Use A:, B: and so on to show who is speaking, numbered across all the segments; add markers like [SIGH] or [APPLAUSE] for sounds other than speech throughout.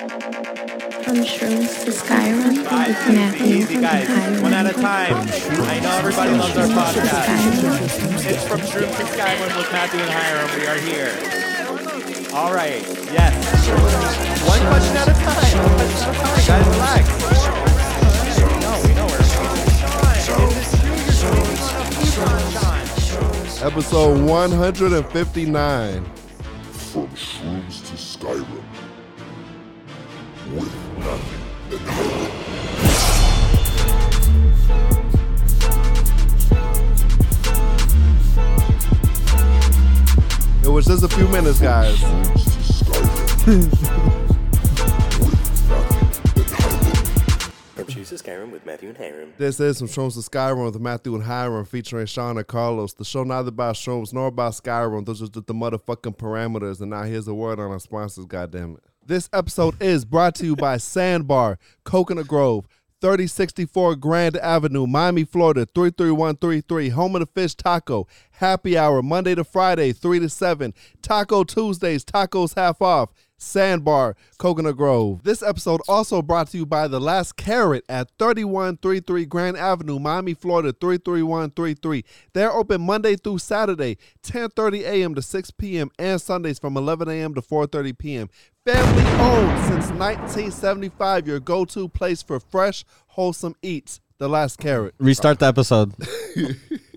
A: From shrooms to Skyrim, it's Matthew
B: easy,
A: from
B: guys.
A: Hiram.
B: One at a time. I know everybody loves our podcast.
A: Skyrim.
B: It's from True to Skyrim with Matthew and Hiram. We are here. All right. Yes. One question at a time. One question at a time. Guys, relax. No, we know where. Sean, is this you? You're doing a lot of people on Sean.
C: Episode 159.
D: From Shrooms to Skyrim. With nothing and Hiram.
C: It was just a few minutes, guys.
D: Shrooms to Skyrim. With nothing and Hiram.
E: From Choose to Skyrim with Matthew and Hiram.
C: This is from Shrooms to Skyrim with Matthew and Hiram featuring Sean and Carlos. The show neither by Shrooms nor by Skyrim. Those are just the motherfucking parameters. And now here's a word on our sponsors, goddammit. This episode is brought to you by Sandbar, Coconut Grove, 3064 Grand Avenue, Miami, Florida, 33133, home of the fish taco. Happy hour, Monday to Friday, 3 to 7. Taco Tuesdays, tacos half off. Sandbar, Coconut Grove. This episode also brought to you by The Last Carrot at 3133 Grand Avenue, Miami, Florida 33133. They're open Monday through Saturday, 10:30 a.m. to 6 p.m. and Sundays from 11 a.m. to 4:30 p.m. Family owned since 1975, your go-to place for fresh, wholesome eats. The Last Carrot.
F: Restart the episode.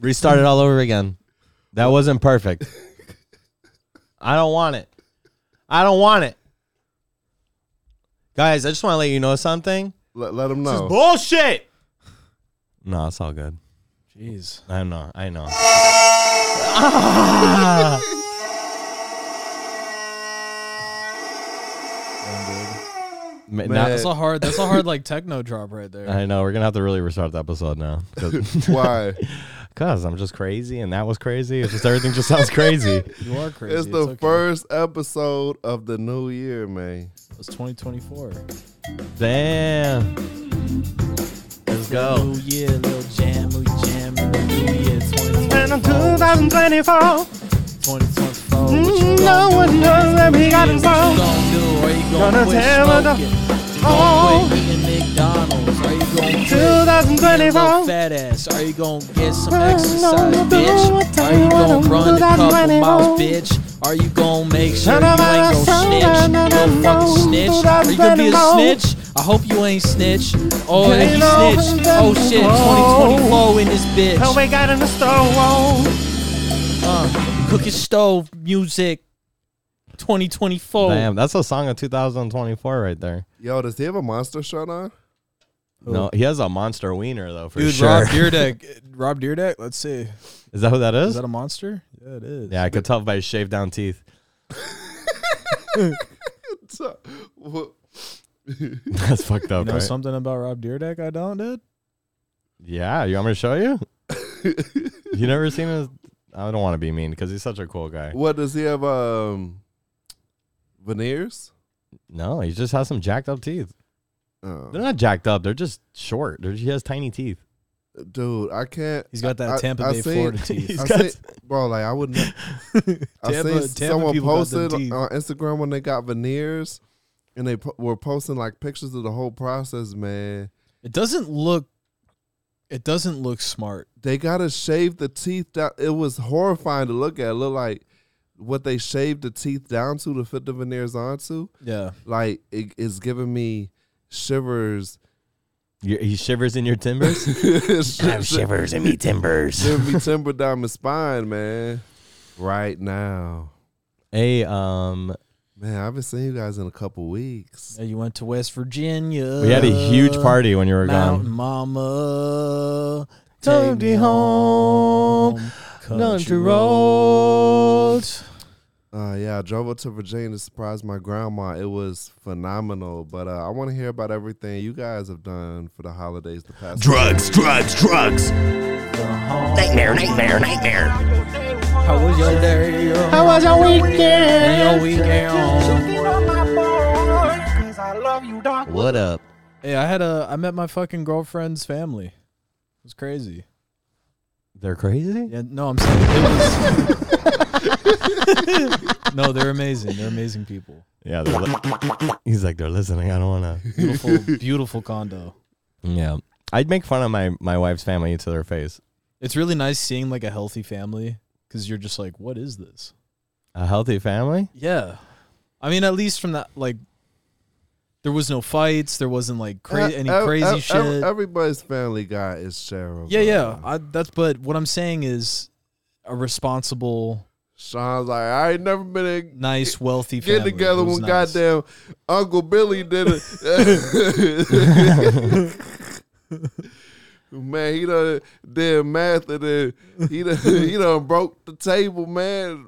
F: Restart it all over again. That wasn't perfect. I don't want it. I don't want it. Guys, I just want to let you know something.
C: Let, let them know.
B: Bullshit.
F: No, it's all good.
G: Jeez.
F: I know. I
G: [LAUGHS]
F: know. Ma- now-
C: Man.
G: That's a hard. That's a hard like techno drop right there.
F: I know. We're going to have to really restart the episode
G: [LAUGHS]
F: now.
C: Why?
F: Because I'm just crazy and that was crazy. It's just everything just sounds
G: [LAUGHS]
F: crazy.
G: you are crazy.
C: It's the
G: okay.
C: first episode of the new year, man.
G: It's 2024.
F: Damn. Let's go.
G: New year, little jam, we jam in the new year. 2024.
F: 2024.
G: 2024. What you
F: Mm, No
G: gonna
F: one
G: do?
F: knows that we got
G: What you gonna do? Are you gonna,
F: Gonna tear it up.
G: quit smoking? Gonna quit eating McDonald's? Are you gonna quit? Little
F: 2024.
G: fat ass. Are you gonna get some exercise, bitch? Are you gonna run a couple miles, bitch? Are you gonna make sure you ain't gonna snitch? Little fucking snitch. Are you gonna be a snitch? I hope you ain't snitch. Oh, if you snitch, oh shit, 2024 in this bitch.
F: we got in the store.
G: Uh, cooking stove music, 2024.
F: Damn, that's a song of 2024 right there.
C: Yo, does he have a monster shot on?
F: No, he has a monster wiener though for
G: Oh. Dude,
F: sure.
G: Rob Deerdeck. Rob Deerdeck. Let's see.
F: [LAUGHS] Is that who that is?
G: Is that a monster? Yeah, it is.
F: yeah, I
G: [LAUGHS]
F: could tell by his shaved down teeth. [LAUGHS]
C: [LAUGHS] So- wha-
F: That's fucked
G: You
F: up,
G: know
F: right?
G: something about Rob Deerdeck I don't, dude?
F: yeah, you want me to show you? you never seen his? I don't want to be mean because he's such a cool guy.
C: What does he have? Um, veneers.
F: No, he just has some jacked up teeth.
G: Uh,
F: They're
C: Oh.
F: not jacked up. They're just short. They're, he has tiny teeth.
C: Dude, I can't.
G: He's got that
C: I-
G: Tampa
C: I
G: Bay
C: seen- [LAUGHS]
G: Florida teeth.
F: He's
C: I
F: got-
C: seen, bro, like I
G: [LAUGHS]
C: wouldn't. I
G: Tampa-
C: seen
G: Tampa
C: someone
G: people got them
C: posted
G: teeth.
C: on Instagram when they got veneers, and they po- were posting like pictures of the whole process. Man,
G: It doesn't look. It doesn't look smart.
C: they gotta shave the teeth down. It was horrifying to look at. It looked like what they shaved the teeth down to to fit the veneers onto.
G: Yeah.
C: Like it is giving me shivers. [LAUGHS]
F: You- he shivers in your timbers. [LAUGHS] shivers in me timbers.
C: Give me timber down my spine, man. Right now.
F: Hey, um,
C: Man, I haven't seen you guys in a couple weeks.
G: Yeah, You went to West Virginia.
F: we had a huge party when you were
G: Mountain
F: gone.
G: Mama.
F: Take me home,
G: Country
F: roads.
C: Uh, yeah, I drove up to Virginia to surprise my grandma. It was phenomenal. But uh, I want to hear about everything you guys have done for the holidays the past.
H: Drugs, drugs, drugs. Nightmare, nightmare, nightmare.
G: How was your day? How was your weekend? Your weekend.
F: What up?
G: Hey, I had a. I met my fucking girlfriend's family. It was crazy.
F: They're crazy.
G: Yeah, no, I'm saying it was.
I: [LAUGHS] No, they're amazing. They're amazing people.
F: Yeah. they're li- He's like, they're listening. I don't want to.
I: [LAUGHS] Beautiful, beautiful condo.
F: Yeah. I'd make fun of my, my wife's family to their face.
I: It's really nice seeing like a healthy family because you're just like, what is this?
F: A healthy family?
I: Yeah, I mean, at least from that, like, there was no fights. There wasn't like cra- any
C: Ev- ev-
I: crazy
C: ev-
I: shit.
C: everybody's family guy is Cheryl.
I: yeah,
C: bro.
I: yeah. I, that's but what I'm saying is a responsible,
C: Sean's like, I ain't never been in
I: nice, wealthy
C: get
I: family.
C: together
I: It was
C: when
I: nice.
C: goddamn Uncle Billy did it. [LAUGHS] man, he done did math and then he done, he done broke the table, man.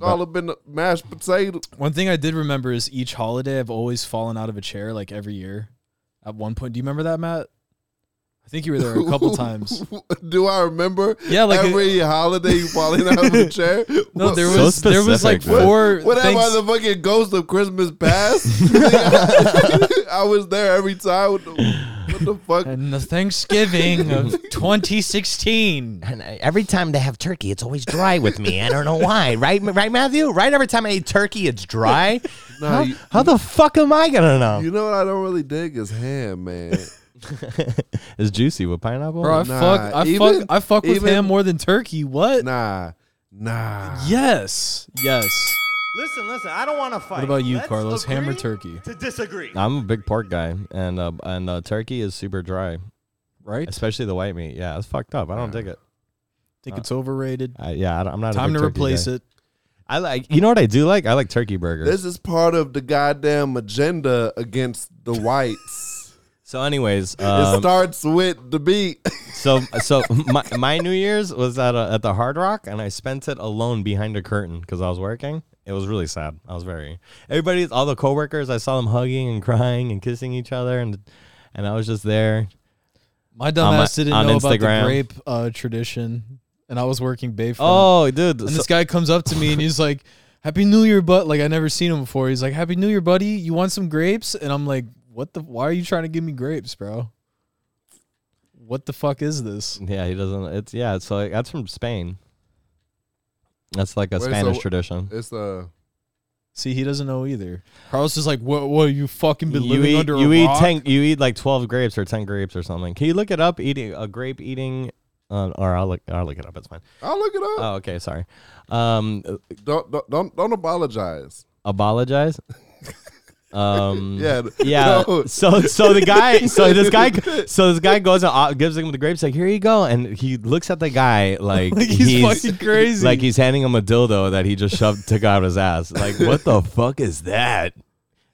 C: All up in the mashed potato. [LAUGHS]
I: One thing I did remember is each holiday I've always fallen out of a chair like every year. At one point, do you remember that, Matt? I think you were there a
C: [LAUGHS]
I: couple times.
C: Do I remember?
I: Yeah, like a-
C: every holiday you falling out of a chair.
I: [LAUGHS] No, there
F: So
I: was there was like
F: specific, man.
I: four.
C: What am I,
I: thanks-
C: the fucking ghost of Christmas past?
I: [LAUGHS]
C: [LAUGHS] I was there every time. What the, what the fuck?
I: and the Thanksgiving
C: [LAUGHS]
I: of 2016.
F: And I- every time they have turkey, it's always dry with me. I don't know why. [LAUGHS] Right, right, Matthew? Right? Every time I eat turkey, it's
I: [LAUGHS]
F: dry.
C: Nah,
F: how,
C: you-
F: how the fuck am I gonna know?
C: You know what I don't really dig is ham, man.
F: it's juicy with pineapple.
I: Bro, I
C: Nah,
I: fuck, I
C: even-
I: fuck, I fuck with
C: even-
I: him more than turkey. What?
C: nah, nah.
I: Yes, yes.
B: Listen, listen. I don't want to fight.
I: What about you,
B: Let's
I: Carlos? Ham or
B: agree
I: turkey?
B: To disagree.
F: I'm a big pork guy, and uh, and uh, turkey is super dry,
I: Right?
F: especially the white meat. Yeah, it's fucked up. I don't dig it. Uh,
I: think it's overrated.
F: I, yeah, I don't, I'm not.
I: Time to replace it.
F: I like. You know what I do like? I like turkey burgers.
C: This is part of the goddamn agenda against
I: [LAUGHS]
C: the whites.
F: so, anyways,
C: it
F: um,
C: starts with the beat. [LAUGHS]
F: so so [LAUGHS] my, my New Year's was at a, at the Hard Rock, and I spent it alone behind a curtain because I was working. It was really sad. I was very everybody, all the coworkers. I saw them hugging and crying and kissing each other, and and I was just there.
I: My
F: On my-
I: dumbass didn't
F: on
I: know about
F: Instagram.
I: the grape uh, tradition, and I was working Bayfront.
F: Oh, dude!
I: and
F: so-
I: this guy comes up to me and he's like, "Happy New Year, but like I never seen him before." He's like, "Happy New Year, buddy. You want some grapes?" And I'm like, "What the? Why are you trying to give me grapes, bro? What the fuck is this?"
F: Yeah, he doesn't. It's yeah. So like, that's from Spain. That's like a
C: Wait, so
F: Spanish
C: wh-
F: tradition.
C: It's uh,
I: See, he doesn't know either. Carlos is like, "What? What? You fucking been
F: You
I: living
F: eat,
I: under
F: you
I: a
F: eat
I: rock?"
F: ten, you eat like twelve grapes or ten grapes or something. Can you look it up? Eating a grape eating, um, or I'll look, I'll look it up. It's fine.
C: I'll look it up.
I: Uh,
F: Oh, okay, sorry. Um,
C: Don't, don't don't don't apologize.
I: [LAUGHS]
F: apologize. Um,
C: [LAUGHS] Yeah,
F: Yeah.
C: no.
F: So so the
I: [LAUGHS]
F: guy so this guy so this guy goes and uh, gives him the grapes like here you go and he looks at the guy like,
I: Like he's fucking crazy.
F: like he's handing him a dildo that he just shoved took out of his ass like what the fuck is that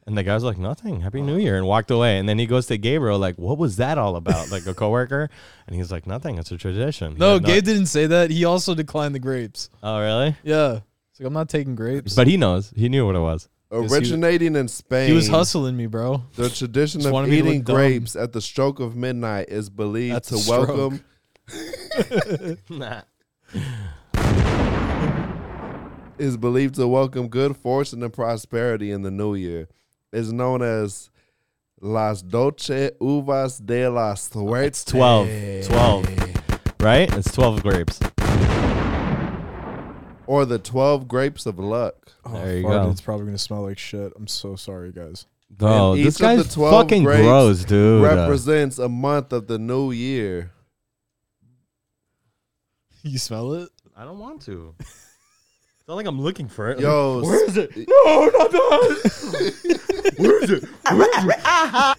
F: and the guy's like nothing happy new year and walked away and then he goes to Gabriel like what was that all about like a coworker and he's like nothing it's a tradition
I: No,
F: Yeah,
I: Gabe didn't say that. He also declined the grapes.
F: oh really
I: Yeah, it's like I'm not taking grapes.
F: but he knows he knew what it was
C: Originating in Spain,
I: he was hustling me, bro.
C: The tradition
I: Just
C: of
I: wanted me to
C: eating
I: look dumb.
C: grapes at the stroke of midnight is believed
I: That's
C: to
I: a stroke.
C: welcome. Is believed to welcome good fortune and prosperity in the new year. Is known as Las Doce Uvas de la Suerte.
F: it's 12 12 right it's 12 grapes
C: or the 12 grapes of luck.
F: there you
I: Farted.
F: go
I: It's probably gonna smell like shit. I'm so sorry, guys.
F: Bro,
C: And
F: this
C: each of
F: guy's
C: the 12
F: fucking
C: grapes
F: gross, dude.
C: Represents a month of the new year.
I: You smell it?
F: I don't want to. It's not like I'm looking for it.
C: Yo,
F: where
C: [LAUGHS]
F: is it? No, not that. [LAUGHS] where is it?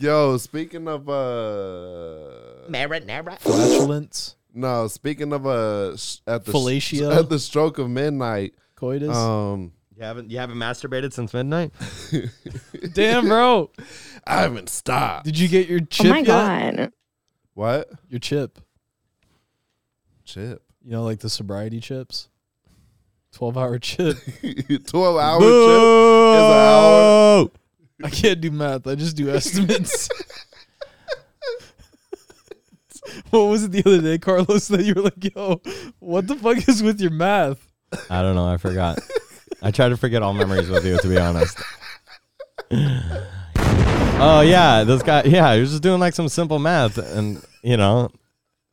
C: Yo, speaking of uh
I: Flatulence,
C: no, speaking of uh sh- at the sh-
I: Fellatio?
C: at the stroke of midnight,
I: coitus.
C: um
F: You haven't you haven't masturbated since midnight?
I: Damn, bro.
C: I haven't stopped.
I: Did you get your chip
A: oh my
I: yet?
A: god.
C: What?
I: Your chip.
C: Chip. [LAUGHS]
I: You know, like the sobriety chips.
G: [LAUGHS]
I: Twelve hour chip.
C: 12 hour chip. It's an hour.
I: I can't do math. I just do
F: [LAUGHS]
I: estimates. what was it the other day, Carlos? That you were like, "Yo, what the fuck is with your math?"
F: I don't know. I forgot. I try to forget all memories with you, to be honest. [LAUGHS] oh yeah, this guy. Yeah, he was just doing like some simple math, and you know,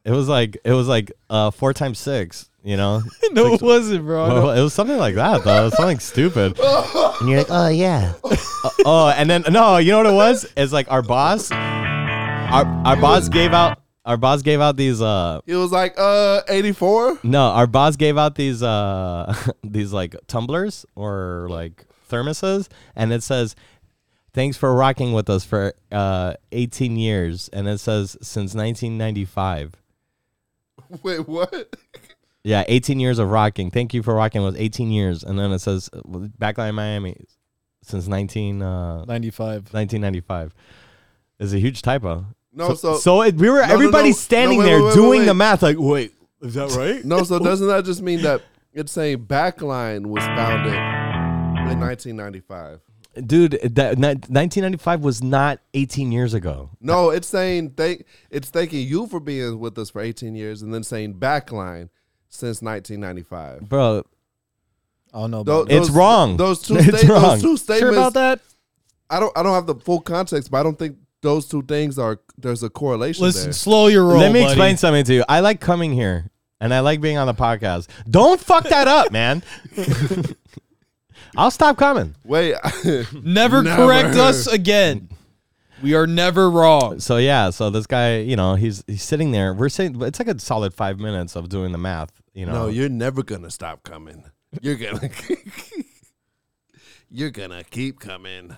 F: It was like it was like uh four times six. You know,
G: [LAUGHS] no, it
F: Six-
G: wasn't, bro. I know.
F: Well, it was something like that though. It was something
G: [LAUGHS]
F: stupid. And you're like, oh yeah. [LAUGHS] Uh, oh, and then no, you know what it was? It's like our boss, our our boss gave out our boss gave out these uh
C: It was like uh 84.
F: no our boss gave out these uh [LAUGHS] these like tumblers or like thermoses, and it says. Thanks for rocking with us for uh, 18 years, and it says since 1995.
C: [LAUGHS] Wait, what?
F: Yeah, 18 years of rocking. Thank you for rocking was 18 years. And then it says uh, Backline Miami since 19, uh,
G: 95.
F: 1995. It's a huge typo.
C: No,
F: so,
C: Oh, so-
F: it, we were
C: no,
F: everybody
C: no,
F: standing
C: no, wait,
F: there
C: wait, wait,
F: doing
C: wait.
F: the math like, "Wait, is that right?"
C: No,
F: [LAUGHS]
C: so doesn't that just mean that it's saying Backline was founded in 1995?
F: Dude, that ni- 1995 was not 18 years ago.
C: No, it's saying thank it's thanking you for being with us for 18 years and then saying Backline since 1995.
F: Bro,
G: Oh no,
C: Tho-
G: bro.
F: It's wrong. [LAUGHS]
C: Those two,
F: It's
C: sta-
F: wrong.
C: Those two
F: Sure
C: statements.
F: about that?
C: I don't. I don't have the full context, but I don't think those two things are. There's a correlation.
G: Listen,
C: there.
G: slow your roll.
F: let me
G: buddy.
F: explain something to you. I like coming here and I like being on the podcast. Don't fuck that up, man. [LAUGHS] I'll stop coming.
C: Wait.
G: [LAUGHS]
C: [LAUGHS] Never.
G: Never, correct us again. We are never wrong.
F: So yeah, so this guy, you know, he's he's sitting there. We're sitting. It's like a solid five minutes of doing the math. You know,
C: no, you're never gonna stop coming. You're gonna. [LAUGHS] you're gonna keep coming.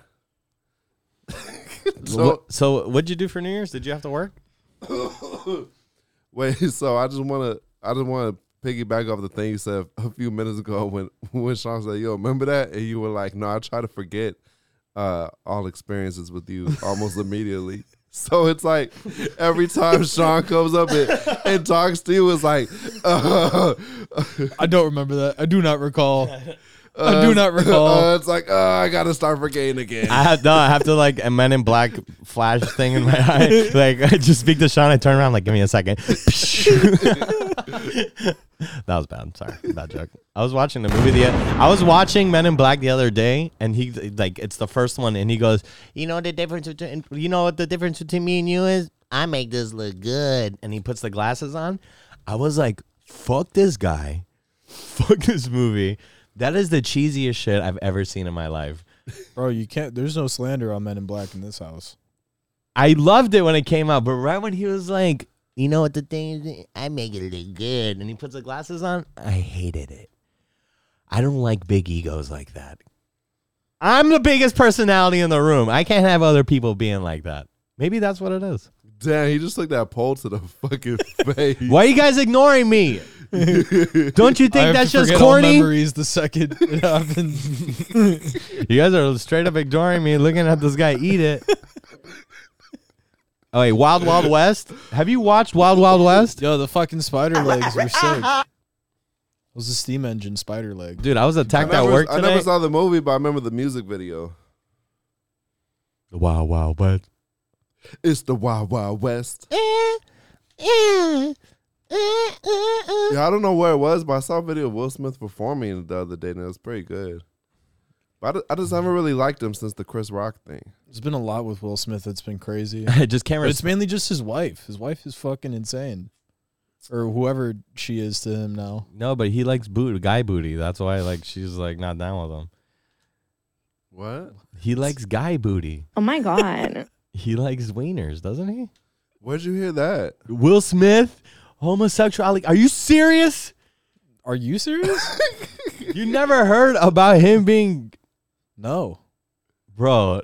C: [LAUGHS]
F: so,
C: so
F: so what'd you do for New Year's? Did you have to work?
C: wait. So I just wanna. I just wanna piggyback off the thing you said a few minutes ago when when Sean said, "Yo, remember that?" and you were like, "No, I try to forget." uh, all experiences with you almost immediately. So it's like every time Sean comes up and, and talks to you, it's like, [LAUGHS] uh,
G: I don't remember that. I do not recall. I do not recall.
C: uh, it's like, uh, I gotta start forgetting again.
F: I have no. I have to like a Men in Black flash thing in my [LAUGHS] eye. Like I just speak to Sean. I turn around. Like give me a second. [LAUGHS] that was bad. Sorry, bad joke. I was watching the movie. The I was watching Men in Black the other day, and he like it's the first one, and he goes, "You know the difference between you know what the difference between me and you is? I make this look good." And he puts the glasses on. I was like, "Fuck this guy." Fuck this movie. That is the cheesiest shit I've ever seen in my life.
G: Bro, you can't. There's no slander on Men in Black in this house.
F: I loved it when it came out, but right when he was like, you know what the thing is, I make it look good, and he puts the glasses on, I hated it. I don't like big egos like that. I'm the biggest personality in the room. I can't have other people being like that. Maybe that's what it is.
C: Damn, he just took that pole to the [LAUGHS] fucking face.
F: Why are you guys ignoring
G: [LAUGHS]
F: me? Don't you
G: I
F: think
G: have
F: that's
G: to
F: just
G: forget all
F: corny?
G: memories the second
F: [LAUGHS]
G: it happens.
F: You guys are straight up ignoring me, looking at this guy eat it. Oh wait, Wild Wild West. Have you watched Wild Wild West?
G: Yo, the fucking spider legs were sick.
F: [LAUGHS]
G: It was a steam engine spider leg.
F: Dude, I was
C: I
F: attacked
C: never,
F: at work
C: I
F: today.
C: never saw the movie, but I remember the music video.
F: Wow, wow, but
C: It's the Wild Wild West. Yeah, I don't know where it was, but I saw a video of Will Smith performing the other day, and it was pretty good. But I ju- I just haven't really liked him since the Chris Rock thing.
G: There's been a lot with Will Smith that's been crazy.
F: [LAUGHS] just can't.
G: But
F: Res-
G: it's mainly just his wife. His wife is fucking insane. Or whoever she is to him now.
F: no, but he likes boot guy booty. That's why like she's like not down with him.
C: What?
F: He likes guy booty.
A: Oh my god.
F: He likes wieners, doesn't he?
C: Where'd you hear that?
F: Will Smith, homosexuality. Are you serious?
G: Are you serious?
F: [LAUGHS] You never heard about him being,
G: no.
F: bro?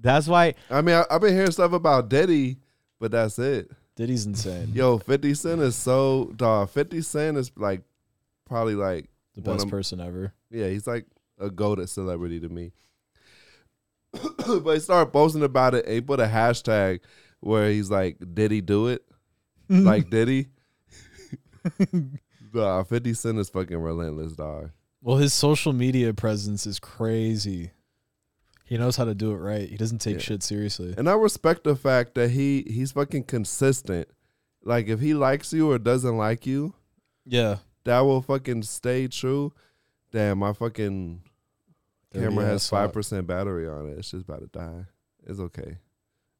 F: That's why.
C: I mean, I, I've been hearing stuff about Diddy, but that's it.
G: Diddy's insane.
C: Yo, 50 Cent is so dog. 50 Cent is like probably like
G: The
C: one
G: best
C: of-
G: person ever.
C: Yeah, he's like a goaded celebrity to me. [COUGHS] but he started posting about it and he put a hashtag where he's like, Did he do
G: [LAUGHS]
C: it? like, did [LAUGHS] he? Nah, 50 Cent is fucking relentless, dog.
G: Well, his social media presence is crazy. He knows how to do it right. He doesn't take shit seriously.
C: And I respect the fact that he he's fucking consistent. Like if he likes you or doesn't like you,
G: Yeah.
C: that will fucking stay true. Damn, my fucking
G: Dirty
C: camera has
G: ass up.
C: five percent battery on it. It's just about to die. It's okay.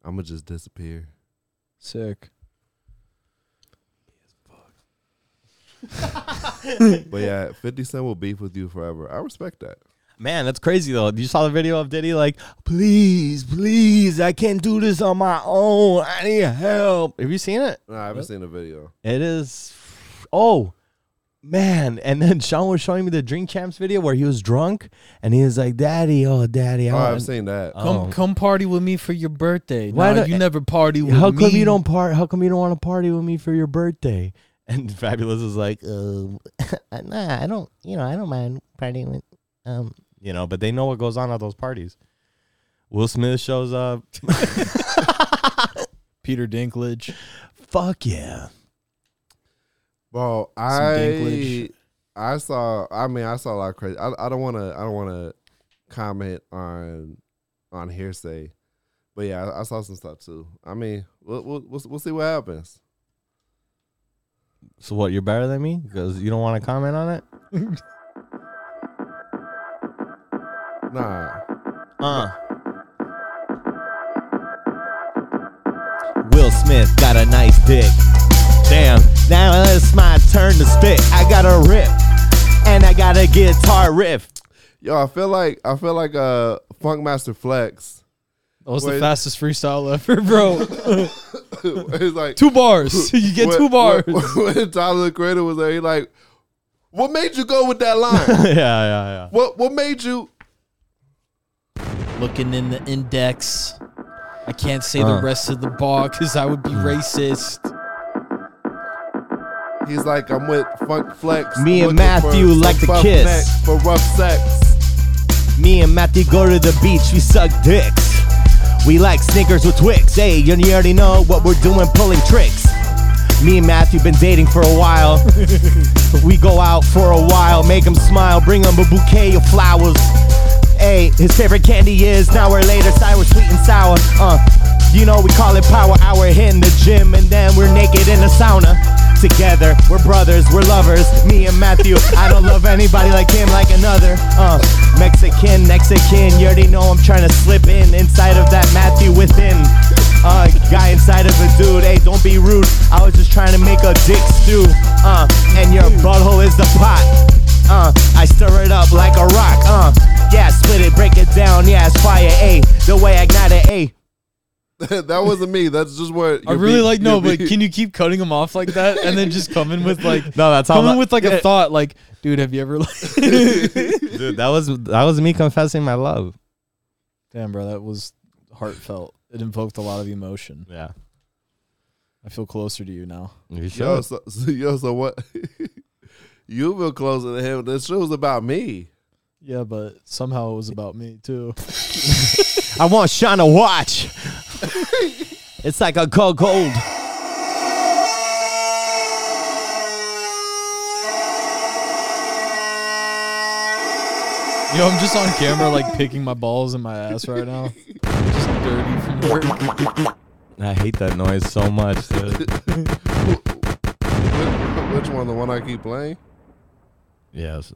C: I'ma just disappear.
G: Sick.
C: But yeah, 50 Cent will beef with you forever. I respect that.
F: Man, that's crazy though. You saw the video of Diddy like, please, please, I can't do this on my own. I need help. Have you seen it?
C: No, I haven't seen the video.
F: It is. Oh, man. And then Sean was showing me the Dream Champs video where he was drunk and he was like, Daddy, oh, Daddy.
C: Oh,
F: I
C: I've
F: want-"
C: seen that.
F: Oh.
G: Come come party with me for your birthday.
F: Why
G: Why
F: do-
G: you never party with
F: How
G: me?
F: come you don't part? How come you don't want to party with me for your birthday? And [LAUGHS] Fabulous is like, um, [LAUGHS] nah, I don't. You know, I don't mind partying with, um, you know. But they know what goes on at those parties. Will Smith shows up.
G: Peter Dinklage.
F: Fuck yeah.
C: Bro, I
G: Dinklage.
C: I saw. I mean, I saw a lot of crazy. I, I don't want to. I don't want to comment on on hearsay, but yeah, I, I saw some stuff too. I mean, we'll we'll, we'll we'll see what happens.
F: So what? You're better than me because you don't want to comment on it.
C: Nah,
F: Uh. Will Smith got a nice dick. Damn, now it's my turn to spit. I got a rip, and I got a guitar riff. [LAUGHS]
C: yo, I feel like I feel like uh, Funkmaster Flex.
G: That was
C: Wait.
G: Oh,
C: [LAUGHS]
G: the fastest freestyle ever, [LAUGHS] bro.
C: it's like
G: [LAUGHS] two bars. You get
C: when-
G: two bars.
C: When, [LAUGHS] when Tyler the Creator was there, he like, what made you go with that line?
G: [LAUGHS]
F: yeah, yeah, yeah.
C: what what made you?
G: Looking in the index. I can't say the rest of the bar because I would be racist.
C: He's like, I'm with Funk Flex.
F: Me
C: looking
F: and Matthew
C: for
F: like
C: some
F: to
C: buff
F: kiss.
C: neck for rough sex. [LAUGHS]
F: Me and Matthew go to the beach. We suck dicks. We like sneakers with Twix. Hey, you you already know what we're doing, pulling tricks. Me and Matthew been dating for a
G: [LAUGHS]
F: while. we go out for a while, make him smile, bring him a bouquet of flowers. Hey, his favorite candy is now or later, sour, sweet and sour. Uh, you know we call it power hour hit in the gym, and then we're naked in the sauna. Together, we're brothers, we're lovers. Me and Matthew, I don't love anybody like him, like another. Uh, Mexican, Mexican, you already know I'm trying to slip in inside of that Matthew within uh, guy inside of a dude. Hey, don't be rude. I was just trying to make a dick stew. Uh, and your butthole is the pot. Uh, I stir it up like a rock. Uh, yeah, split it, break it down. Yeah, it's fire. A the way I got it. A
C: that wasn't me. That's just what
G: I really like no, but can you keep cutting them off like that and then just coming with
F: [LAUGHS]
G: like
F: No, that's how
G: coming
F: my-
G: with like a thought like, dude, have you ever [LAUGHS] like
F: dude, that was that was me confessing my love.
G: Damn, bro, that was heartfelt. It invoked a lot of emotion.
F: Yeah,
G: I feel closer to you now.
F: you
C: Yo, so, so, yo, so what? [LAUGHS] you feel closer to him. This shit was about me.
G: Yeah, but somehow it was about me too.
F: I want Sean to watch. [LAUGHS] it's like a cold cold.
G: [LAUGHS] Yo, I'm just on camera like picking my balls in my ass right now. Just dirty from work.
F: I hate that noise so much. [LAUGHS] Dude.
C: Which one? The one I keep playing?
F: Yes.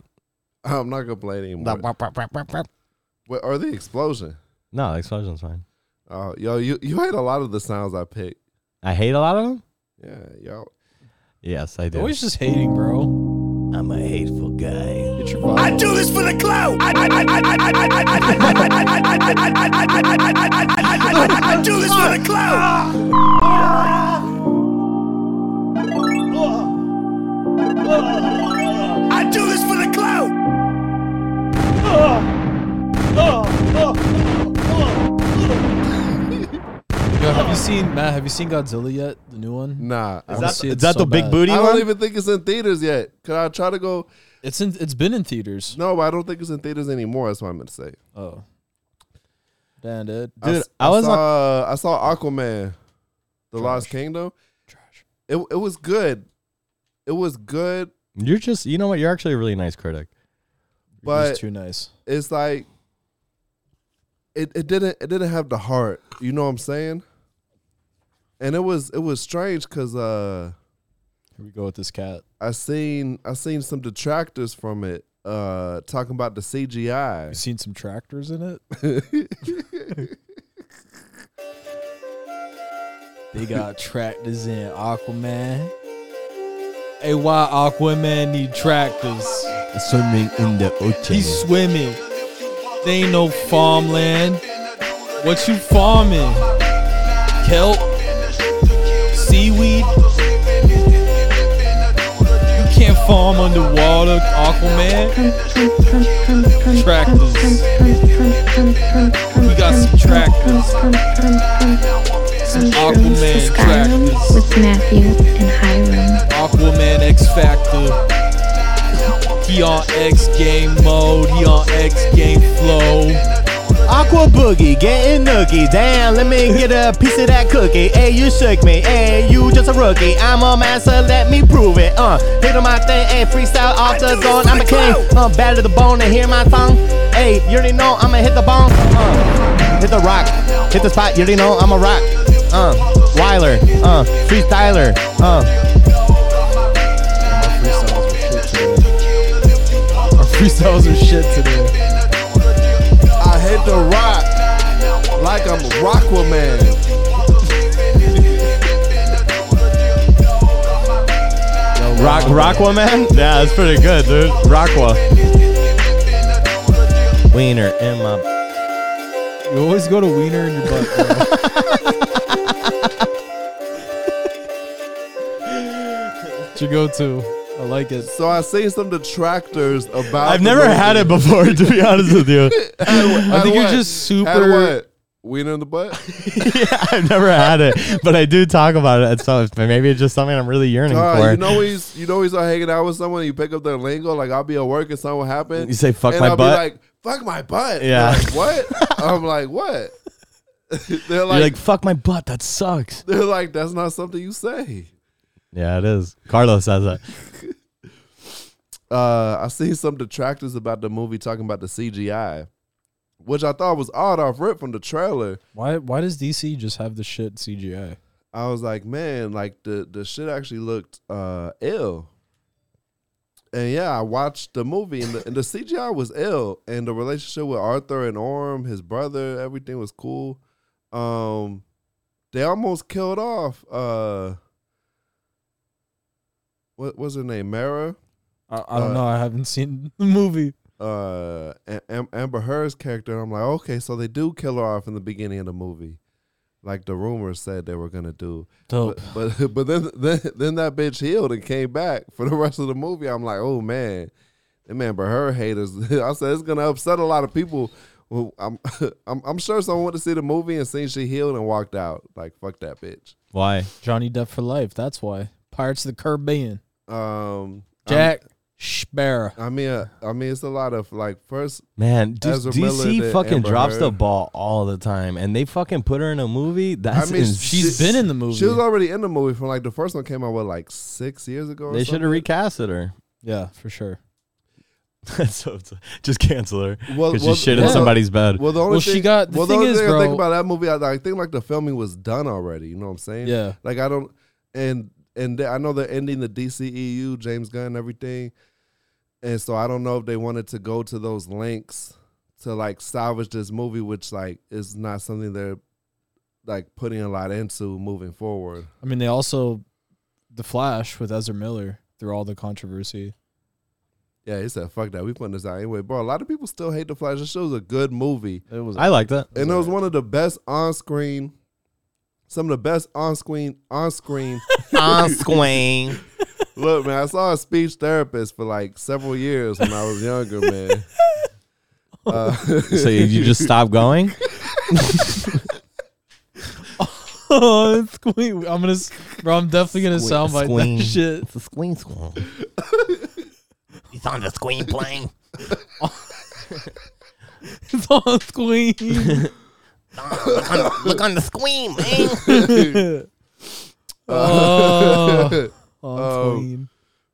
C: I'm not gonna play it anymore.
F: No,
C: Wait, or the explosion?
F: the explosion's fine.
C: Oh, yo, you you hate a lot of the sounds I pick.
F: I hate a lot of them.
C: Yeah, yo.
F: Yes, I do.
G: Always just hating, bro.
F: I'm a hateful guy.
G: Get your vibe.
H: do this for the clout. I, I, I, I, I, I, I, I, I, I, I, I, I, I, I, I, I, I, I, I, I, I do this for the clout. I do this for the clout.
G: Yo, have you seen Matt? Have you seen Godzilla yet? The new one?
C: Nah, I, don't-
G: Is that- See, it's so bad.
F: booty
C: I don't even think it's in theaters yet. Could I try to go?
G: It's in. It's been in theaters.
C: No, but I don't think it's in theaters anymore. That's what I meant to say.
G: Oh, damn, dude.
F: Dude,
C: s-
F: I was
C: saw,
F: on-
C: uh, I saw Aquaman, The Lost Kingdom.
G: Trash.
C: It it was good. It was good,
F: You're just, you know what? You're actually a really nice critic.
G: It
C: but
G: was too nice.
C: it's like it, it didn't it didn't have the heart. You know what I'm saying? And it was it was strange because uh
G: Here we go with this cat.
C: I seen I seen some detractors from it uh talking about the
G: You
C: CGI.
G: seen some tractors in it? they got tractors in Aquaman. Hey, why Aquaman need tractors?
F: Swimming in the ocean.
G: He's swimming. They ain't no farmland. What you farming? Kelp? Seaweed? You can't farm underwater, Aquaman. Tractors.
A: We
G: got some tractors.
A: Some
G: Aquaman tractors.
A: With Matthew and Hiram.
G: Aquaman X Factor. He on X game mode. He on X game flow.
F: Aqua boogie, getting nookie. Damn, let me get a piece of that cookie. Hey, you shook me. Hey, you just a rookie. I'm a master, let me prove it. Uh, hit on my thing. Hey, freestyle off the zone. I'm a king. Uh, bad to the bone and hear my song. Hey, you already know I'ma hit the bone. Uh, hit the rock, hit the spot. You already know I'm a rock. Uh, Weiler. Uh, freestyler. Uh,
G: Our freestyles are shit today.
C: I hit the rock like I'm a Rockwoman.
F: rock, Rockwa man. Yeah, that's pretty good, dude. Rockwa. Wiener in my
G: You always go to Wiener in your butt. Bro. It's your go-to. I like it.
C: So I seen some detractors about.
F: I've never had it before, to be honest
C: [LAUGHS]
F: with you.
C: I
G: think you're just super-
C: What? Wiener in the butt.
F: yeah, I've never had it, but I do talk about it. So maybe it's just something I'm really yearning
C: Uh,
F: for.
C: you know he's you know he's not hanging out with someone. You pick up their lingo. Like I'll be at work and something will happen.
F: You say, "Fuck
C: and
F: my
C: I'll
F: butt."
C: Be like fuck my butt.
F: Yeah.
C: They're Like,
F: [LAUGHS]
C: what? I'm like what? [LAUGHS] they're
F: You're
C: like,
F: like, fuck my butt. That sucks.
C: [LAUGHS] they're like that's not something you say.
F: [LAUGHS] Yeah, it is. Carlos says that.
C: Uh, I seen some detractors about the movie talking about the CGI, which I thought was odd off rip from the trailer.
G: Why? Why does DC just have the shit CGI?
C: I was like, man, like the the shit actually looked uh ill. And yeah, I watched the movie and the, and the CGI was ill and the relationship with Arthur and Orm, his brother, everything was cool. Um they almost killed off uh what was her name? Mara?
G: I, I don't
C: Uh,
G: know. I haven't seen the movie.
C: uh Am- Am- Amber Heard's character, and I'm like, okay, so they do kill her off in the beginning of the movie, like the rumors said they were gonna do.
G: Dope.
C: But [LAUGHS] but, but then, then then that bitch healed and came back for the rest of the movie. I'm like, oh man, them Amber Heard haters. [LAUGHS] I said it's gonna upset a lot of people. Well, I'm [LAUGHS] I'm I'm sure someone went to see the movie and seen she healed and walked out. Like fuck that bitch.
F: Why?
G: Johnny Depp for life. That's why. Pirates of the Caribbean.
C: Um,
G: Jack Sparrow.
C: I mean, uh, I mean, it's a lot of like first
F: Man, dude,
C: Ezra Miller
F: DC
C: did
F: fucking
C: Amber
F: drops the
C: Heard.
F: ball all the time, and they fucking put her in a movie. That's
C: mean,
F: ins-
C: she-
G: She's been in the movie.
C: She was already in the movie from like the first one came out what like six years ago. Or
F: they should have recasted her.
G: yeah, for sure.
F: [LAUGHS] so it's- just cancel her
C: something. Well,
F: because
C: well,
F: she shit in
C: well,
F: somebody's bed.
C: Well, the only
G: Well, she
C: thing,
G: got- the
C: well,
G: thing
C: the only
G: is,
C: thing I
G: bro-
C: think about that movie, I, I think like the filming was done already. You know what I'm saying?
G: Yeah.
C: Like I don't, and and they- I know they're ending the DCEU, James Gunn, and everything, and so I don't know if they wanted to go to those links to like salvage this movie, which like is not something they're like putting a lot into moving forward.
G: I mean, they also the Flash with Ezra Miller through all the
I: [LAUGHS]
G: controversy. [LAUGHS]
C: Yeah, he said, "Fuck that, we putting this out anyway." Bro, a lot of people still hate the Flash. This show's a good movie.
G: It was
F: I
C: [LAUGHS]
F: like that.
C: and it was one of the best on screen, some of the best on screen on screen. Ah,
F: On screen.
C: Look, man, I saw a speech therapist for like several years when I was younger, man. [LAUGHS] Uh,
F: So you- you just stop going?
G: oh, it's squeak. I'm gonna, s- bro. I'm definitely gonna soundbite
F: Squeak.
G: that shit.
F: It's a screen [LAUGHS] screen. He's on the screen [LAUGHS] playing.
G: It's
F: [LAUGHS]
G: on squeak.
F: Look on, look on the screen, man.
G: oh, on
C: Oh.
G: squeak.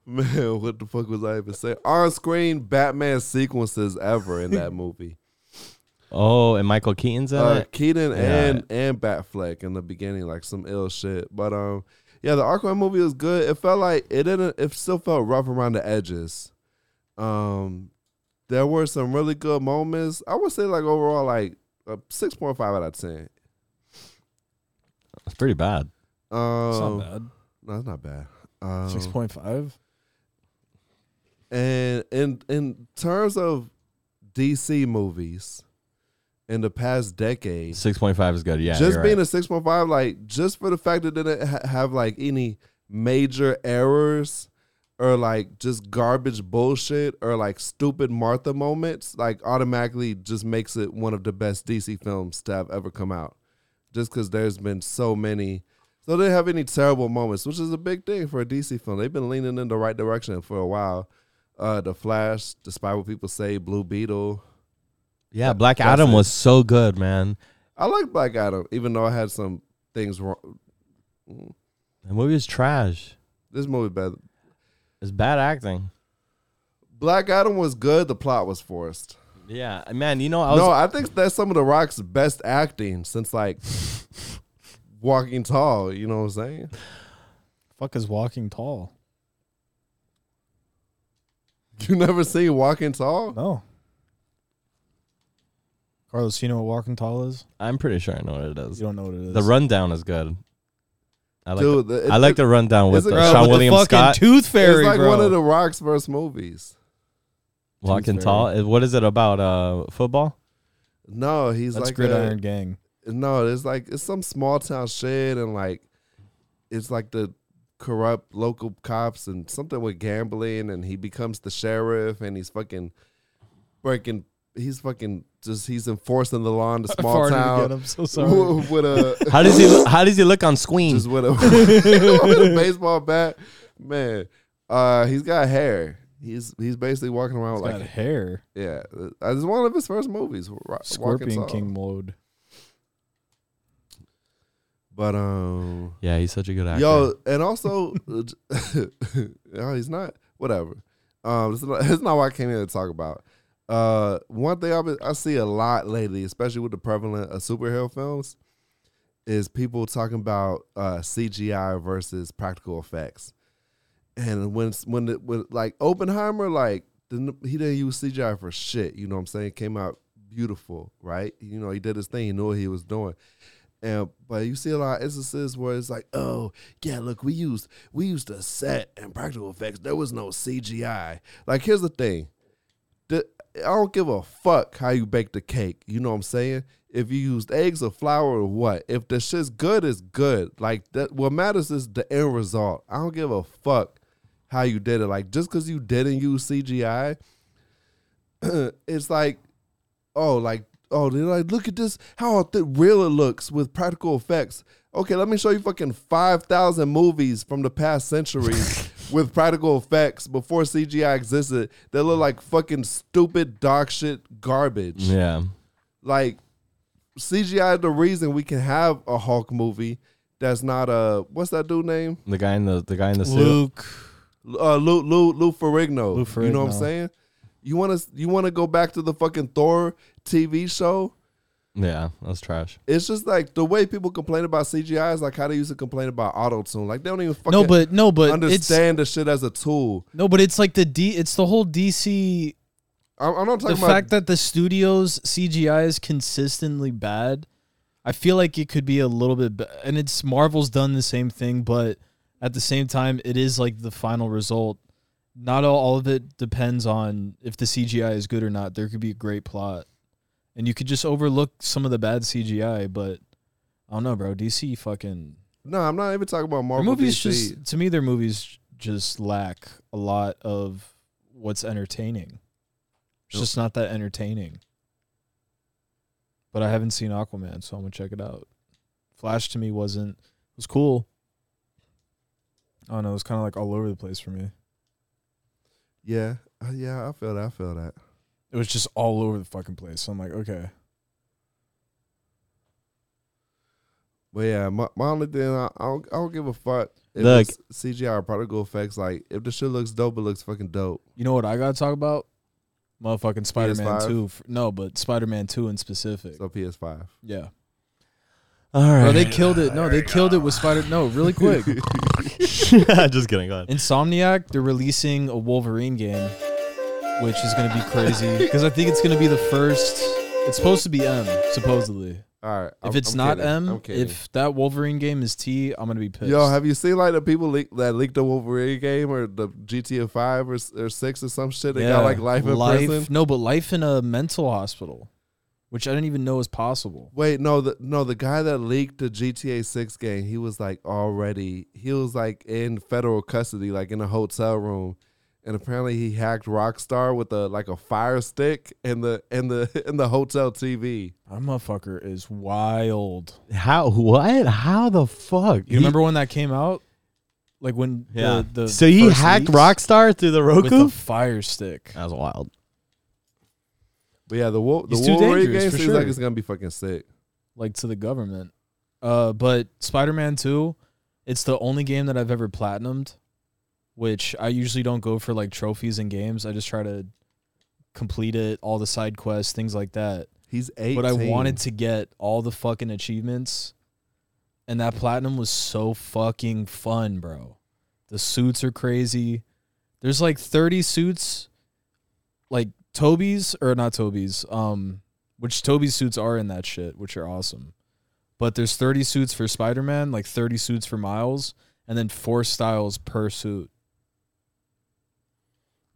C: man, what the fuck was I even saying? On screen Batman sequences ever in that movie.
F: Oh, and Michael Keaton's in
C: Uh,
F: it.
C: Keaton
F: Yeah.
C: and and Batfleck in the beginning, like some ill shit. But um, yeah, the Aquaman movie was good. It felt like it didn't. It still felt rough around the edges. Um, there were some really good moments. I would say like overall like a six point five out of ten.
F: It's pretty bad.
C: Um,
G: It's not bad.
C: No, it's not bad. Um,
I: Six point five.
C: And in in terms of DC movies in the past decade,
F: Six point five is good. Yeah,
C: just
F: you're
C: being
F: right.
C: a six point five, like just for the fact that it didn't ha- have like any major errors or like just garbage bullshit or like stupid Martha moments, like automatically just makes it one of the best DC films to have ever come out. Just because there's been so many. So they didn't have any terrible moments, which is a big thing for a DC film. They've been leaning in the right direction for a while. Uh, the Flash, despite what people say, Blue Beetle.
F: yeah, Black
C: That's
F: Adam
C: it.
F: was so good, man.
C: I like Black Adam, even though I had some things wrong.
F: The movie is trash.
C: This movie better.
F: It's bad acting.
C: Black Adam was good. The plot was forced.
F: Yeah, man. You know, I was.
C: no, I think that's some of the Rock's best acting since like Walking Tall. You know what I'm saying? [LAUGHS]
I: Fuck is walking tall.
C: You never seen Walking Tall?
I: No. Oh. Carlos, you know what walking tall is?
F: I'm pretty sure I know what it is.
I: You don't know what it is.
F: The rundown is good. I like.
C: Dude,
F: the,
C: the-
F: I like the rundown with
C: it's a- Bro,
F: uh, Sean
C: with the
F: William
I: fucking
F: Scott
I: tooth fairy,
C: it's like
I: bro.
C: one of the Rock's first movies.
F: walking
I: Tooth
F: tall. Uh, What is it about? Uh, football.
C: No, he's
I: That's
C: like
I: Gridiron
C: a,
I: Gang.
C: no. It's like it's some small town shit, and like it's like the corrupt local cops and something with gambling, and he becomes the sheriff, and he's fucking breaking. He's fucking just he's enforcing the law in the small
I: farted
C: town.
I: again, [LAUGHS] I'm so sorry.
C: [LAUGHS] With a
I: [LAUGHS]
F: How does he? look- How does he look on screen?
C: just with a, [LAUGHS] with a baseball bat. Man, uh, he's got hair. He's he's basically walking around
I: It's
C: like
I: got hair.
C: yeah. uh, It's one of his first movies. Ro- Walking
I: Scorpion
C: Tall.
I: King mode.
C: But um,
F: yeah, he's such a good actor.
C: yo, and also, uh, [LAUGHS] j- no, he's not. Whatever. Um, it's not, [LAUGHS] it's not what I came here to talk about. Uh, one thing I've been, I see a lot lately, especially with the prevalent of superhero films, is people talking about uh, CGI versus practical effects. And when when it, when like Oppenheimer, like the, he didn't use CGI for shit. You know what I'm saying? Came out beautiful, right? You know, he did his thing. He knew what he was doing. And but you see a lot of instances where it's like, oh yeah, look, we used we used a set and practical effects. There was no CGI. Like here's the thing, the, I don't give a fuck how you bake the cake. You know what I'm saying? If you used eggs or flour or what, if the shit's good, it's good. Like that, what matters is the end result. I don't give a fuck how you did it. Like just because you didn't use CGI, [CLEARS THROAT] it's like, oh, like oh, they're like, look at this, how th- real it looks with practical effects. Okay, let me show you fucking five thousand movies from the past centuries with practical effects before CGI existed that look like fucking stupid dog shit garbage
F: Yeah.
C: like CGI is the reason we can have a Hulk movie that's not a what's that dude name?
F: The guy in the the guy in the suit.
I: Luke.
C: Uh Lou Lou Lou Ferrigno.
I: Lou
C: You know what I'm
I: Ferrigno.
C: saying? You want to you want to go back to the fucking Thor TV show?
F: Yeah, that's trash.
C: It's just like the way people complain about CGI is like how they used to complain about auto tune. Like they don't even fucking
G: No, but no, but it's
C: understand the shit as a tool.
G: no, but it's like the D. It's the whole DC.
C: I'm, I'm not
G: The
C: talking about
G: fact that the studio's CGI is consistently bad. I feel like it could be a little bit, be- and it's Marvel's done the same thing, but at the same time, it is like the final result. Not all, all of it depends on if the CGI is good or not. There could be a great plot, and you could just overlook some of the bad CGI. But I don't know, bro. DC fucking
C: no. I'm not even talking about
G: their
C: Marvel.
G: movies
C: DC.
G: just to me their movies just lack a lot of what's entertaining it's just not that entertaining but i haven't seen aquaman so i'm gonna check it out flash to me wasn't it was cool
I: I don't know. It's kind of like all over the place for me.
C: yeah, Uh, yeah. I feel that. I feel that.
I: It was just all over the fucking place. So I'm like, okay.
C: But yeah, my, my only thing I, I, don't, I don't give a fuck. If
F: Look.
C: it's CGI or practical effects, like if the shit looks dope, it looks fucking dope.
I: You know what I gotta talk about? Motherfucking Spider Man
C: PS5?
I: Two. F- No, but Spider Man Two in specific.
C: So PS Five.
I: yeah.
F: All right. [LAUGHS]
G: bro they killed it no they killed it with spider no
C: [LAUGHS]
G: really quick
F: Just kidding. Go ahead.
G: Insomniac, they're releasing a Wolverine game,
C: [LAUGHS]
G: which is going to be crazy because I think it's going to be the first. It's supposed to be M, supposedly.
C: All right.
G: If
C: I'm-
G: it's
C: I'm
G: not
C: kidding. I'm
G: M,
C: kidding.
G: if that Wolverine game is T, I'm gonna be pissed.
C: Yo, have you seen like the people leak, that leaked the Wolverine game or the GTA Five or, s- or Six or some shit? They got like life in prison.
G: No, but life in a mental hospital, which I didn't even know was possible.
C: Wait, no, the no, the guy that leaked the GTA Six game, he was like already, he was like in federal custody, like in a hotel room, and apparently he hacked Rockstar with a like a fire stick and the and the [LAUGHS] and the hotel TV.
I: That motherfucker is wild.
F: How? What? How the fuck?
I: You remember when that came out? Like when
F: Yeah.
I: the, the
F: so he
I: first
F: hacked
I: leaks?
F: Rockstar through the
I: with a
F: Roku.
I: fire stick.
F: that was wild.
C: But yeah, the Wo- the
I: He's too
C: Wolverine
I: dangerous,
C: game
I: for
C: seems
I: sure.
C: like it's gonna be fucking sick.
I: like to the government. Uh, but Spider Man Two, it's the only game that I've ever platinumed, which I usually don't go for like trophies and games. I just try to complete it, all the side quests, things like that.
C: He's eighteen.
I: But I wanted to get all the fucking achievements, and that platinum was so fucking fun, bro. The suits are crazy. There's like 30 suits, like Toby's or not Toby's, um, which Toby's suits are in that shit, which are awesome. But there's 30 suits for Spider Man, like 30 suits for Miles, and then four styles per suit.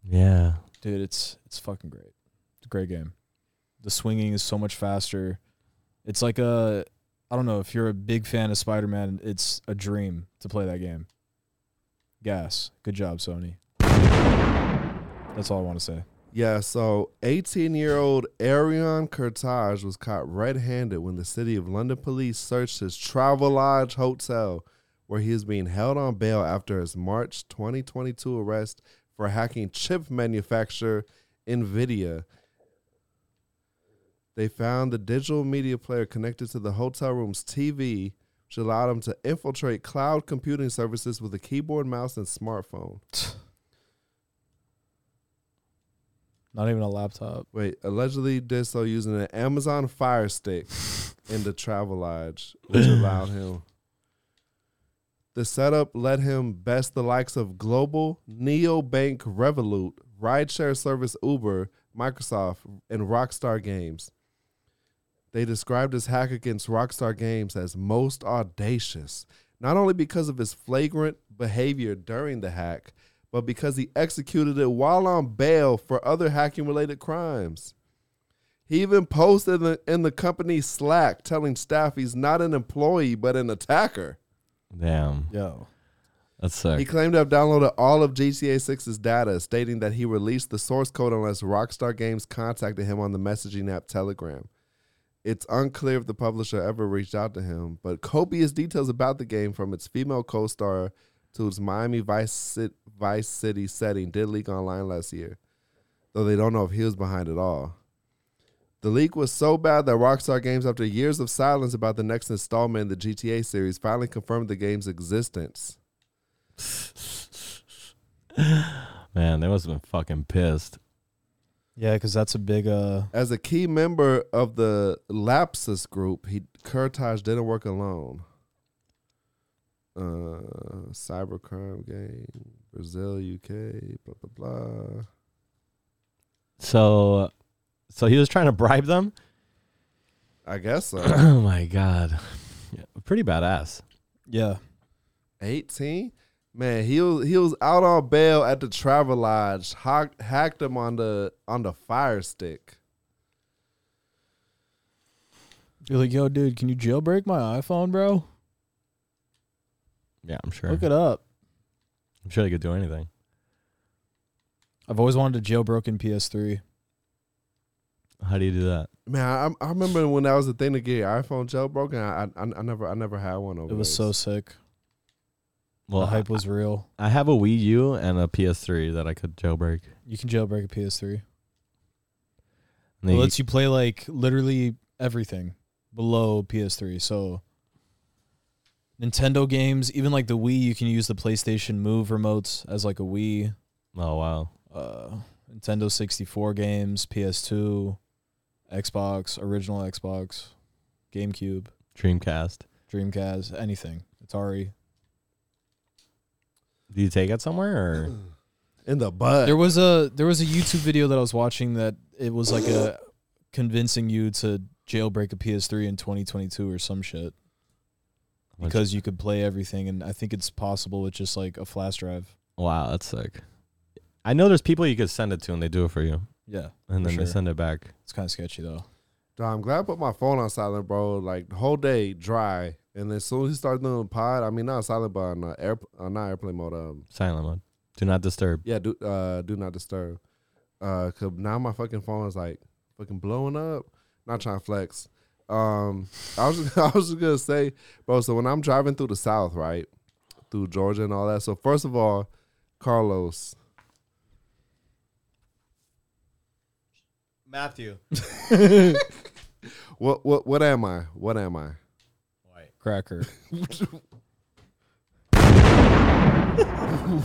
F: Yeah.
I: Dude, it's it's fucking great. It's a great game. The swinging is so much faster. It's like a I don't know if you're a big fan of Spider-Man, it's a dream to play that game. Gas. Good job, Sony. That's all I want to say.
C: Yeah, so 18 year old Arion Curtage was caught red handed when the city of London police searched his Travelodge hotel, where he is being held on bail after his March 2022 arrest for hacking chip manufacturer NVIDIA. They found the digital media player connected to the hotel room's TV, which allowed him to infiltrate cloud computing services with a keyboard, mouse, and smartphone.
I: Not even a laptop.
C: Wait, allegedly did so using an Amazon Fire Stick in the travel lodge, which allowed him. The setup let him best the likes of Global, Neobank, Revolut, rideshare service Uber, Microsoft, and Rockstar Games. They described his hack against Rockstar Games as most audacious, not only because of his flagrant behavior during the hack, but because he executed it while on bail for other hacking related crimes. He even posted in the, in the company Slack telling staff he's not an employee but an attacker.
F: Damn.
I: Yo.
F: That sucks.
C: He claimed to have downloaded all of GTA 6's data, stating that he released the source code unless Rockstar Games contacted him on the messaging app Telegram. It's unclear if the publisher ever reached out to him, but copious details about the game from its female co star to its Miami Vice, Cit- Vice City setting did leak online last year, though they don't know if he was behind it all. The leak was so bad that Rockstar Games, after years of silence about the next installment in the GTA series, finally confirmed the game's existence.
F: Man, they must have been fucking pissed.
I: Yeah, cuz that's a big uh
C: As a key member of the Lapsus group, he Kurtage didn't work alone. Uh, cybercrime gang, Brazil, UK, blah blah blah.
F: So, so he was trying to bribe [COUGHS] them.
C: I guess so.
I: [COUGHS]
F: oh my god, Yeah, pretty badass.
I: yeah.
C: Eighteen, man. He was he was out on bail at the Travel Lodge. Hacked, hacked him on the on the Fire Stick.
I: You're like, "Yo, dude, can you jailbreak my iPhone, bro?
F: Yeah, I'm sure.
I: Look it up."
F: I'm sure they could do anything.
I: I've always wanted a jailbroken PS3.
F: How do you do that?
C: Man, I, I remember when that was the thing to get your iPhone jailbroken. I, I I never I never had one over.
I: It was so sick.
F: Well,
I: the hype
F: I,
I: was real.
F: I have a Wii U and a PS3 that I could jailbreak.
I: You can jailbreak a PS3.
F: And
I: It
F: they-
I: lets you play like literally everything below PS3. So Nintendo games, even like the Wii, you can use the PlayStation Move remotes as like a Wii.
F: oh wow,
I: Uh, Nintendo 64 games, PS2, Xbox, original Xbox, GameCube,
F: Dreamcast.
I: Dreamcast, anything. Atari.
F: Do you take it somewhere or?
C: in the butt.
I: There was a there was a YouTube video that I was watching that it was like a convincing you to jailbreak a PS3 in 2022 or some shit
F: Which-
I: because you could play everything, and I think it's possible with just like a flash drive.
F: wow, that's sick. I know there's people you could send it to and they do it for you,
I: Yeah,
F: and
I: for
F: then they
I: sure.
F: send it back.
I: It's kind of sketchy though.
C: Duh, I'm glad I put my phone on silent, bro. Like the whole day dry, and as soon as he started doing the pod, I mean not silent, but on uh, air, uh, not airplane mode. Um,
F: Silent mode. Do not disturb.
C: yeah, do uh, do not disturb. Uh, cause now my fucking phone is like fucking blowing up. Not trying to flex. Um, I was I was just [LAUGHS] gonna say, bro. So when I'm driving through the South, right, through Georgia and all that. So first of all, Carlos,
F: Matthew.
C: what what what am I? What am I?
I: Cracker.
C: [LAUGHS]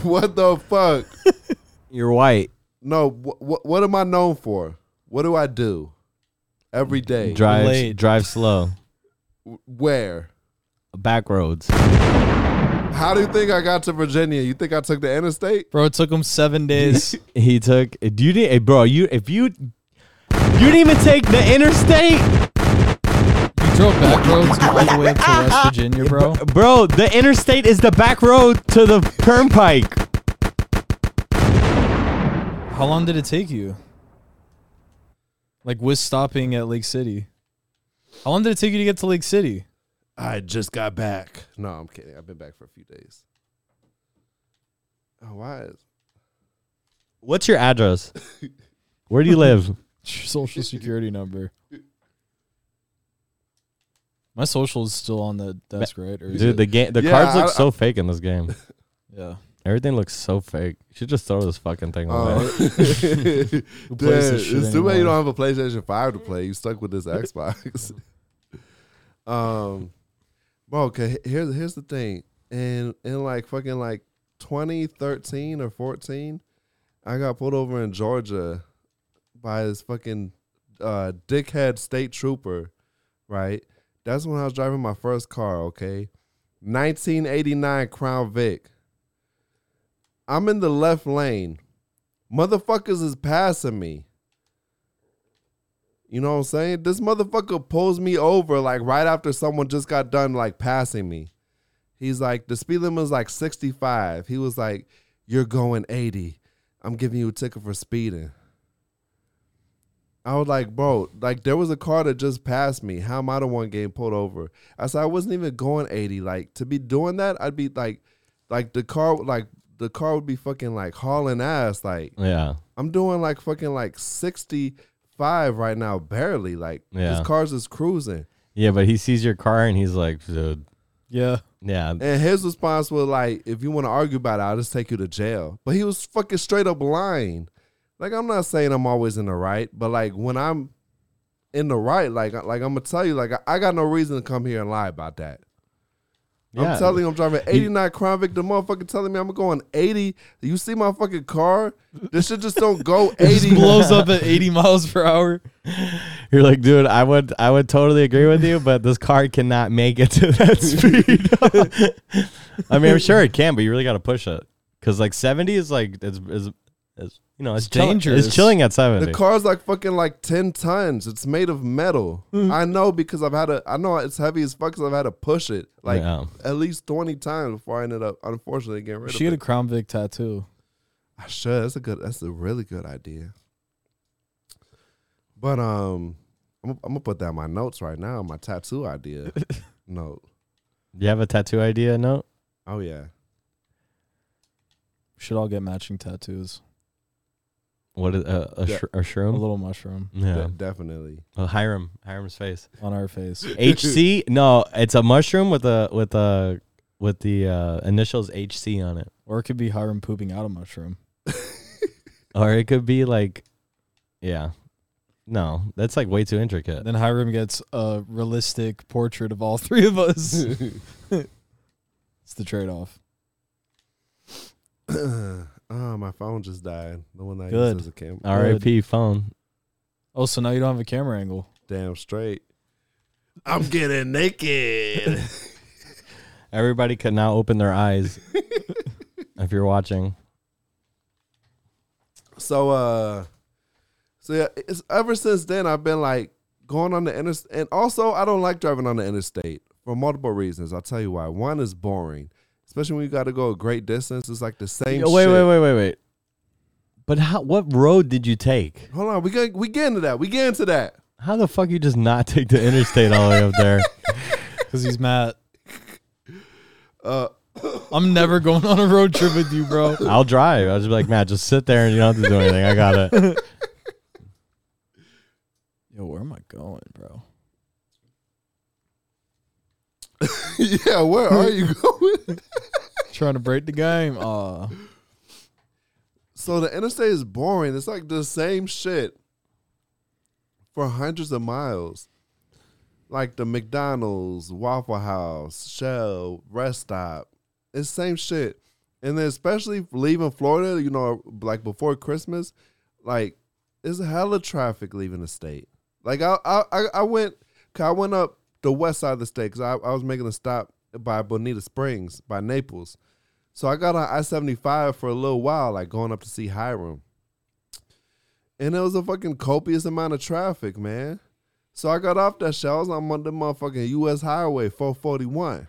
C: What the fuck?
F: You're white.
C: No, wh- wh- what am I known for? What do I do every day?
F: Drive [LAUGHS]
I: Late.
F: drive slow.
C: Where?
F: Back roads.
C: How do you think I got to Virginia? You think I took the interstate?
I: Bro, it took him seven days.
F: He took you didn't eh, bro, you if you you didn't even take the interstate?
I: you drove back roads all the way up to West Virginia, bro.
F: Bro, the interstate is the back road to the turnpike.
I: How long did it take you? Like with stopping at Lake City. How long did it take you to get to Lake City?
C: I just got back. No, I'm kidding. I've been back for a few days. Oh, why? Is-
F: What's your address? Where do
C: [LAUGHS]
F: you live?
I: Your [LAUGHS] social security number. My social is still on the desk, right? Or is
F: Dude,
I: it-
F: the game the
C: Yeah,
F: cards look
C: I-
F: so fake in this game.
I: yeah.
F: Everything looks so fake. You should just throw this fucking thing
C: Oh,
F: [LAUGHS] away.
C: Dude,
I: plays this shit
C: it's too bad you
I: anymore?
C: don't have a PlayStation 5 to play. You stuck with this Xbox. [LAUGHS] um, bro, okay, here's here's the thing. And in like fucking like 2013 or 14, I got pulled over in Georgia by this fucking uh, dickhead state trooper, right? That's when I was driving my first car, okay? 1989 Crown Vic. I'm in the left lane. Motherfuckers is passing me. You know what I'm saying? This motherfucker pulls me over like right after someone just got done like passing me. He's like, the speed limit was like 65. He was like, You're going 80. I'm giving you a ticket for speeding. I was like, bro, like there was a car that just passed me. How am I the one getting pulled over? I said I wasn't even going 80. Like to be doing that, I'd be like, like the car, like the car would be fucking like hauling ass. Like
F: Yeah.
C: I'm doing like fucking like 65 right now, barely. Like
F: Yeah.
C: this car's just cruising.
F: Yeah, but he sees your car and he's like, dude.
I: Yeah.
F: Yeah.
C: And his response was like, if you want to argue about it, I'll just take you to jail. But he was fucking straight up lying. Like I'm not saying I'm always in the right, but like when I'm in the right, like like I'm gonna tell you, like I, I got no reason to come here and lie about that.
F: Yeah.
C: I'm telling you, I'm driving 89 Crown Vic. The motherfucker telling me I'm going 80. You see my fucking car? This shit just don't
F: [LAUGHS]
C: go 80.
I: Blows up at 80 miles per hour.
F: You're like, dude, I would I would totally agree with you, but this car cannot make it
C: [LAUGHS]
F: to that speed. [LAUGHS] I mean, I'm sure it can, but you really got to push it because like 70 is like it's, it's, it's you know it's,
I: It's
F: chill-
I: dangerous.
F: It's chilling at 70.
C: The car's like fucking like ten tons. It's made of metal.
I: Mm.
C: I know because I've had a. I know it's heavy as fuck. Cause I've had to push it like
F: Yeah.
C: at least twenty times before I ended up unfortunately getting rid
I: She
C: of it.
I: had a Crown Vic tattoo.
C: I should. That's a good. That's a really good idea. But um, I'm, I'm gonna put down my notes right now. My tattoo
I: [LAUGHS]
C: idea note.
F: Do you have a tattoo idea? No.
C: Oh yeah.
I: Should all get matching tattoos.
F: What is uh, a,
C: Yeah.
F: sh- a
I: A
F: shroom?
I: little mushroom
F: yeah.
C: De-
I: [LAUGHS]
C: definitely. [COUGHS]
F: Well, Hiram, Hiram's face.
I: on our face. [LAUGHS]
F: HC? No, it's a mushroom with a with a with the uh, initials HC on it,
I: Or it could be Hiram pooping out a mushroom.
F: or it could be like, yeah. No, that's like way too intricate.
I: Then Hiram gets a realistic portrait of all three
F: [LAUGHS]
I: of us. it's the trade off.
C: oh, my phone just died. The one that I
I: Good.
C: use as a camera.
F: R.I.P. phone.
I: Oh, so now you don't have a camera angle.
C: Damn straight. I'm getting naked.
F: Everybody could now open their
I: [LAUGHS]
F: eyes. if you're watching,
C: So uh so yeah, it's ever since then I've been like going on the interstate. And also, I don't like driving on the interstate for multiple reasons. I'll tell you why. One is boring, especially when you got to go a great distance. It's like the same.
F: Yo, wait,
C: shit.
F: wait, wait, wait, wait. But how? What road did you take?
C: Hold on, we get we get into that. We get into that.
F: How the fuck you just not take the interstate all the way up
I: [LAUGHS]
F: there?
I: Because he's mad. Uh, I'm never going on a road trip with you, bro.
F: I'll drive. I'll just be like, Matt, just sit there and you don't have to do anything. I got it.
I: [LAUGHS] Yo, where am I going, bro?
C: [LAUGHS] yeah, where are you going?
I: [LAUGHS] Trying to break the game. Uh,
C: so the interstate is boring. It's like the same shit for hundreds of miles. Like the McDonald's, Waffle House, Shell, rest stop. It's same shit. And then especially leaving Florida, you know, like before Christmas, like it's hella traffic leaving the state. Like I I I- I went 'cause I went up the west side of the state because I, I was making a stop by Bonita Springs by Naples. So I got on I seventy five for a little while, like going up to see Hiram. And it was a fucking copious amount of traffic, man. So I got off that shit. I was on the motherfucking US Highway 441.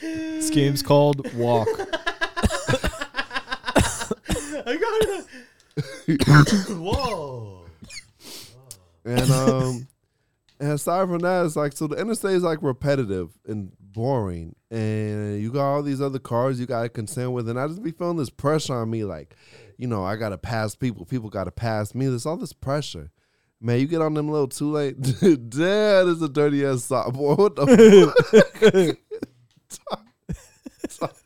I: this game's called Walk.
C: And um and aside from that, it's like so the interstate is like repetitive and boring. And you got all these other cars you gotta contend with. And I just be feeling this pressure on me, like, you know, I gotta pass people, people gotta pass me. There's all this pressure. Man, you get on them little too late. [LAUGHS] Damn, this is a dirty ass sophomore. What the fuck? [LAUGHS] Talk.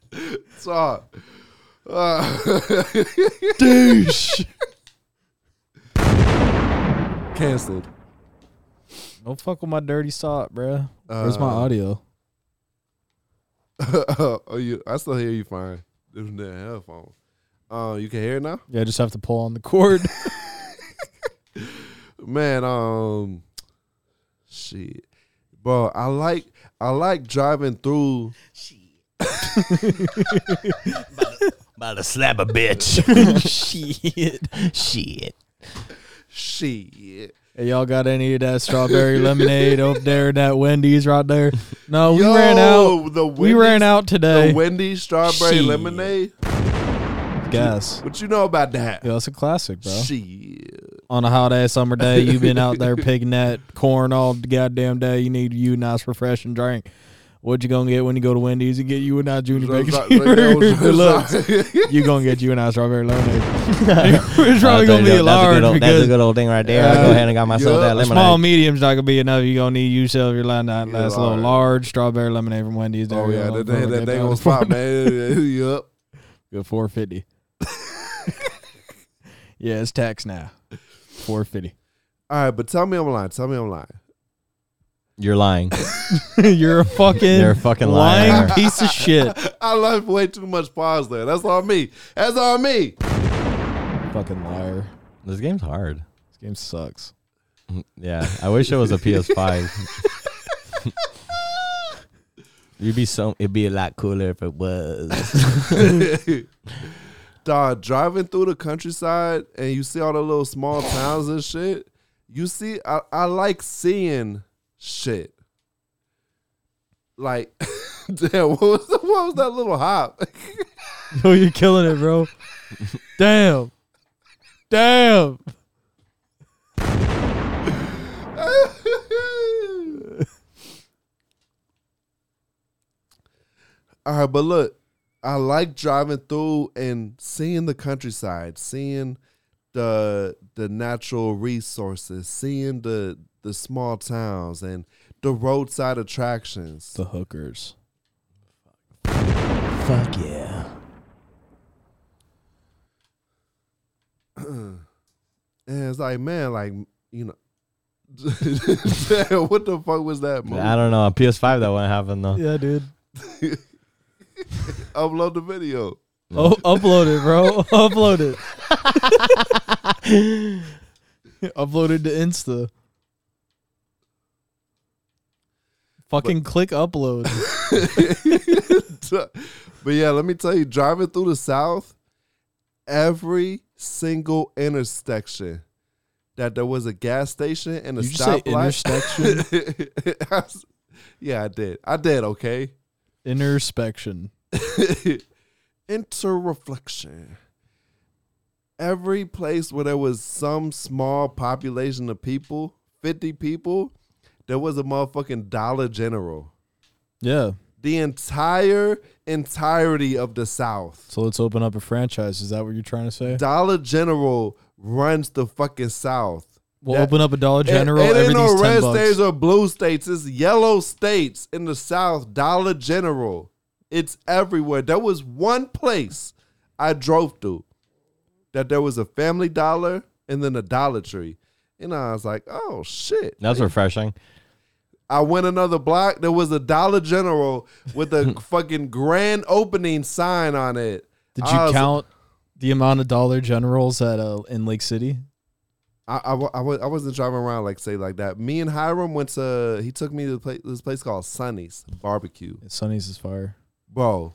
C: Talk. Uh,
I: Douche.
C: Canceled.
I: Don't fuck with my dirty sock, bro. Where's my
C: Uh,
I: audio?
C: [LAUGHS] oh, you, I still hear you fine. This is the headphone. Uh, you can hear it now,
I: Yeah, I just have to pull on the [LAUGHS] cord.
C: man. Um, shit, bro. I like I like driving through.
F: About to slap a bitch. Shit. Shit.
C: Shit,
I: Hey, y'all got any of that strawberry lemonade up there in that Wendy's right there? No, we
C: Yo,
I: ran out.
C: the
I: we ran
C: Wendy's-
I: out
C: the
I: today.
C: Wendy's strawberry
I: Shit.
C: lemonade.
I: Guess.
C: What you know about that?
I: Yo, that's a classic, bro.
C: Shit,
I: On a hot ass summer day, you've been
C: [LAUGHS]
I: out there picking that corn all the goddamn day. You need you a nice refreshing drink. What you gonna get when you go to Wendy's? You get [LAUGHS] you and I junior bacon.
C: [LAUGHS]
I: cheeseburger. [LAUGHS] Look, you gonna get you and I strawberry lemonade. it's probably gonna be a
F: That's a,
I: large
F: good old, that's a
I: because
F: good old thing right there. I
I: Yeah.
F: go ahead and got myself
C: Yeah.
F: that
I: a small
F: lemonade.
I: medium's not gonna be enough. You gonna need you sell your line that
C: Yeah,
I: last little
C: large.
I: large strawberry lemonade from Wendy's. There
C: Oh
I: we
C: yeah,
I: go.
C: that they,
I: Don't
C: that they
I: forget
C: gonna stop, man. [LAUGHS] yup.
I: Good
F: [LAUGHS]
I: four fifty. yeah, it's
F: [LAUGHS]
I: tax now. Four fifty. [LAUGHS]
C: All right, but tell me I'm lying. Tell me I'm lying.
F: You're
I: [LAUGHS]
F: lying.
I: You're a fucking
F: You're a fucking
I: lying
F: liar.
I: piece of shit.
C: I left way too much pause there. That's on me. That's on me. [LAUGHS]
I: fucking liar.
F: This game's hard.
I: This game sucks.
F: Yeah. I wish it was a PS5. You'd be so. It'd be a lot cooler if it was.
I: [LAUGHS]
C: Dog, driving through the countryside and you see all the little small towns and shit. You see, I, I like seeing shit. Like, [LAUGHS] damn, what was, what was that little hop?
I: Yo, you're killing it, [LAUGHS] bro. Damn. Damn.
C: [LAUGHS] All right, but look, I like driving through and seeing the countryside, seeing the the natural resources, seeing the the small towns and the roadside attractions.
I: The hookers. [LAUGHS]
F: Fuck yeah.
C: And it's like, man, like you know, [LAUGHS] Damn, what the fuck was that movie?
F: I don't know. On PS5, that wouldn't happen though.
I: Yeah, dude.
C: Upload the video.
I: Oh, upload it, bro. Oh, upload it. [LAUGHS] Uploaded to Insta. Fucking click upload.
C: [LAUGHS] but yeah, let me tell you, driving through the South, every single intersection that there was a gas station and a
I: Did you just say
C: stoplight. I was- [LAUGHS] yeah, I did. I did. Okay.
I: Interspection.
C: Interreflection. Every place where there was some small population of people, fifty people, there was a motherfucking Dollar General.
I: Yeah.
C: The entire entirety of the South.
I: So let's open up a franchise. Is that what you're trying to say?
C: Dollar General runs the fucking South.
I: We'll
C: that-
I: open up a Dollar General.
C: it, it ain't no
I: everything's
C: red
I: 10 bucks.
C: states or blue states. It's yellow states in the South. Dollar General. It's everywhere. There was one place I drove to that there was a Family Dollar and then a Dollar Tree, and I was like, "Oh shit!"
F: That's refreshing.
C: I went another block. There was a Dollar General with
I: [LAUGHS]
C: a fucking grand opening sign on it.
I: Did
C: I
I: you
C: was-
I: count the amount of Dollar Generals at uh, in Lake City?
C: I, I, wa- I, wa- I wasn't driving around like say like that. Me and Hiram went to he took me to the pla- this place called Sonny's Barbecue,
I: Sonny's is fire.
C: bro.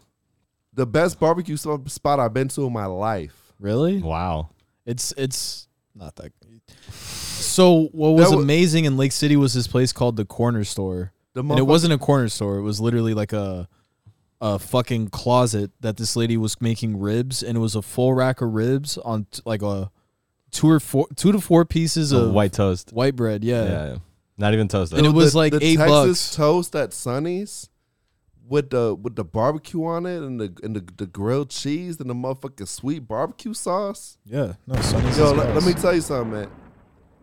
C: The best barbecue so- spot I've been to in my life.
I: Really?
F: Wow.
I: It's it's not that. So what was
C: wa-
I: amazing in Lake City was this place called the Corner Store,
C: The
I: and it
C: motherfuck-
I: wasn't a corner store. It was literally like a a fucking closet that this lady was making ribs, and it was a full rack of ribs on t- like a two or four two to four pieces
F: So
I: of
F: white toast.
I: white bread. Yeah.
F: Yeah. Not even toasted.
I: And it was
C: the-
I: like
C: the
I: eight
C: Texas
I: bucks.
C: toast at Sonny's with the with the barbecue on it and the and the, the grilled cheese and the motherfucking sweet barbecue sauce.
I: Yeah. No, Sonny's.
C: Yo,
I: is
C: let, let
I: gas.
C: me tell you something, man.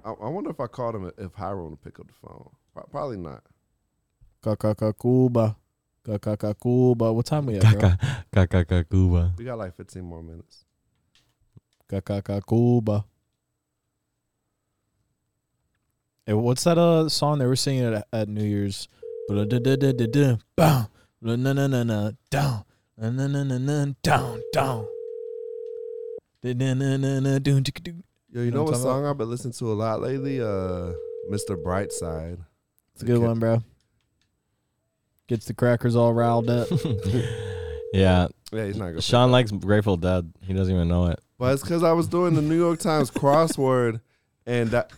C: I, I wonder if I called him if Hiram would pick up the phone. Pro- Probably not.
I: Kakakakuba. Kakakakuba. What time we at, bro?
F: Caca- Cacacacuba.
C: We got like 15 more minutes.
I: Kakakakuba. Hey, what's that uh song they were singing at, at New Year's? Down, down, down, down, down. It's
C: Yo, you
I: You know
C: know
I: what
C: what
I: I'm talking
C: song I've been listening to a lot lately? Uh, Mr. Brightside.
I: a good one, bro. Gets the crackers all riled up.
F: Yeah.
C: Yeah, he's not good.
F: Sean likes Grateful Dead. He doesn't even know it.
C: But it's because I was doing the New York Times crossword, and that,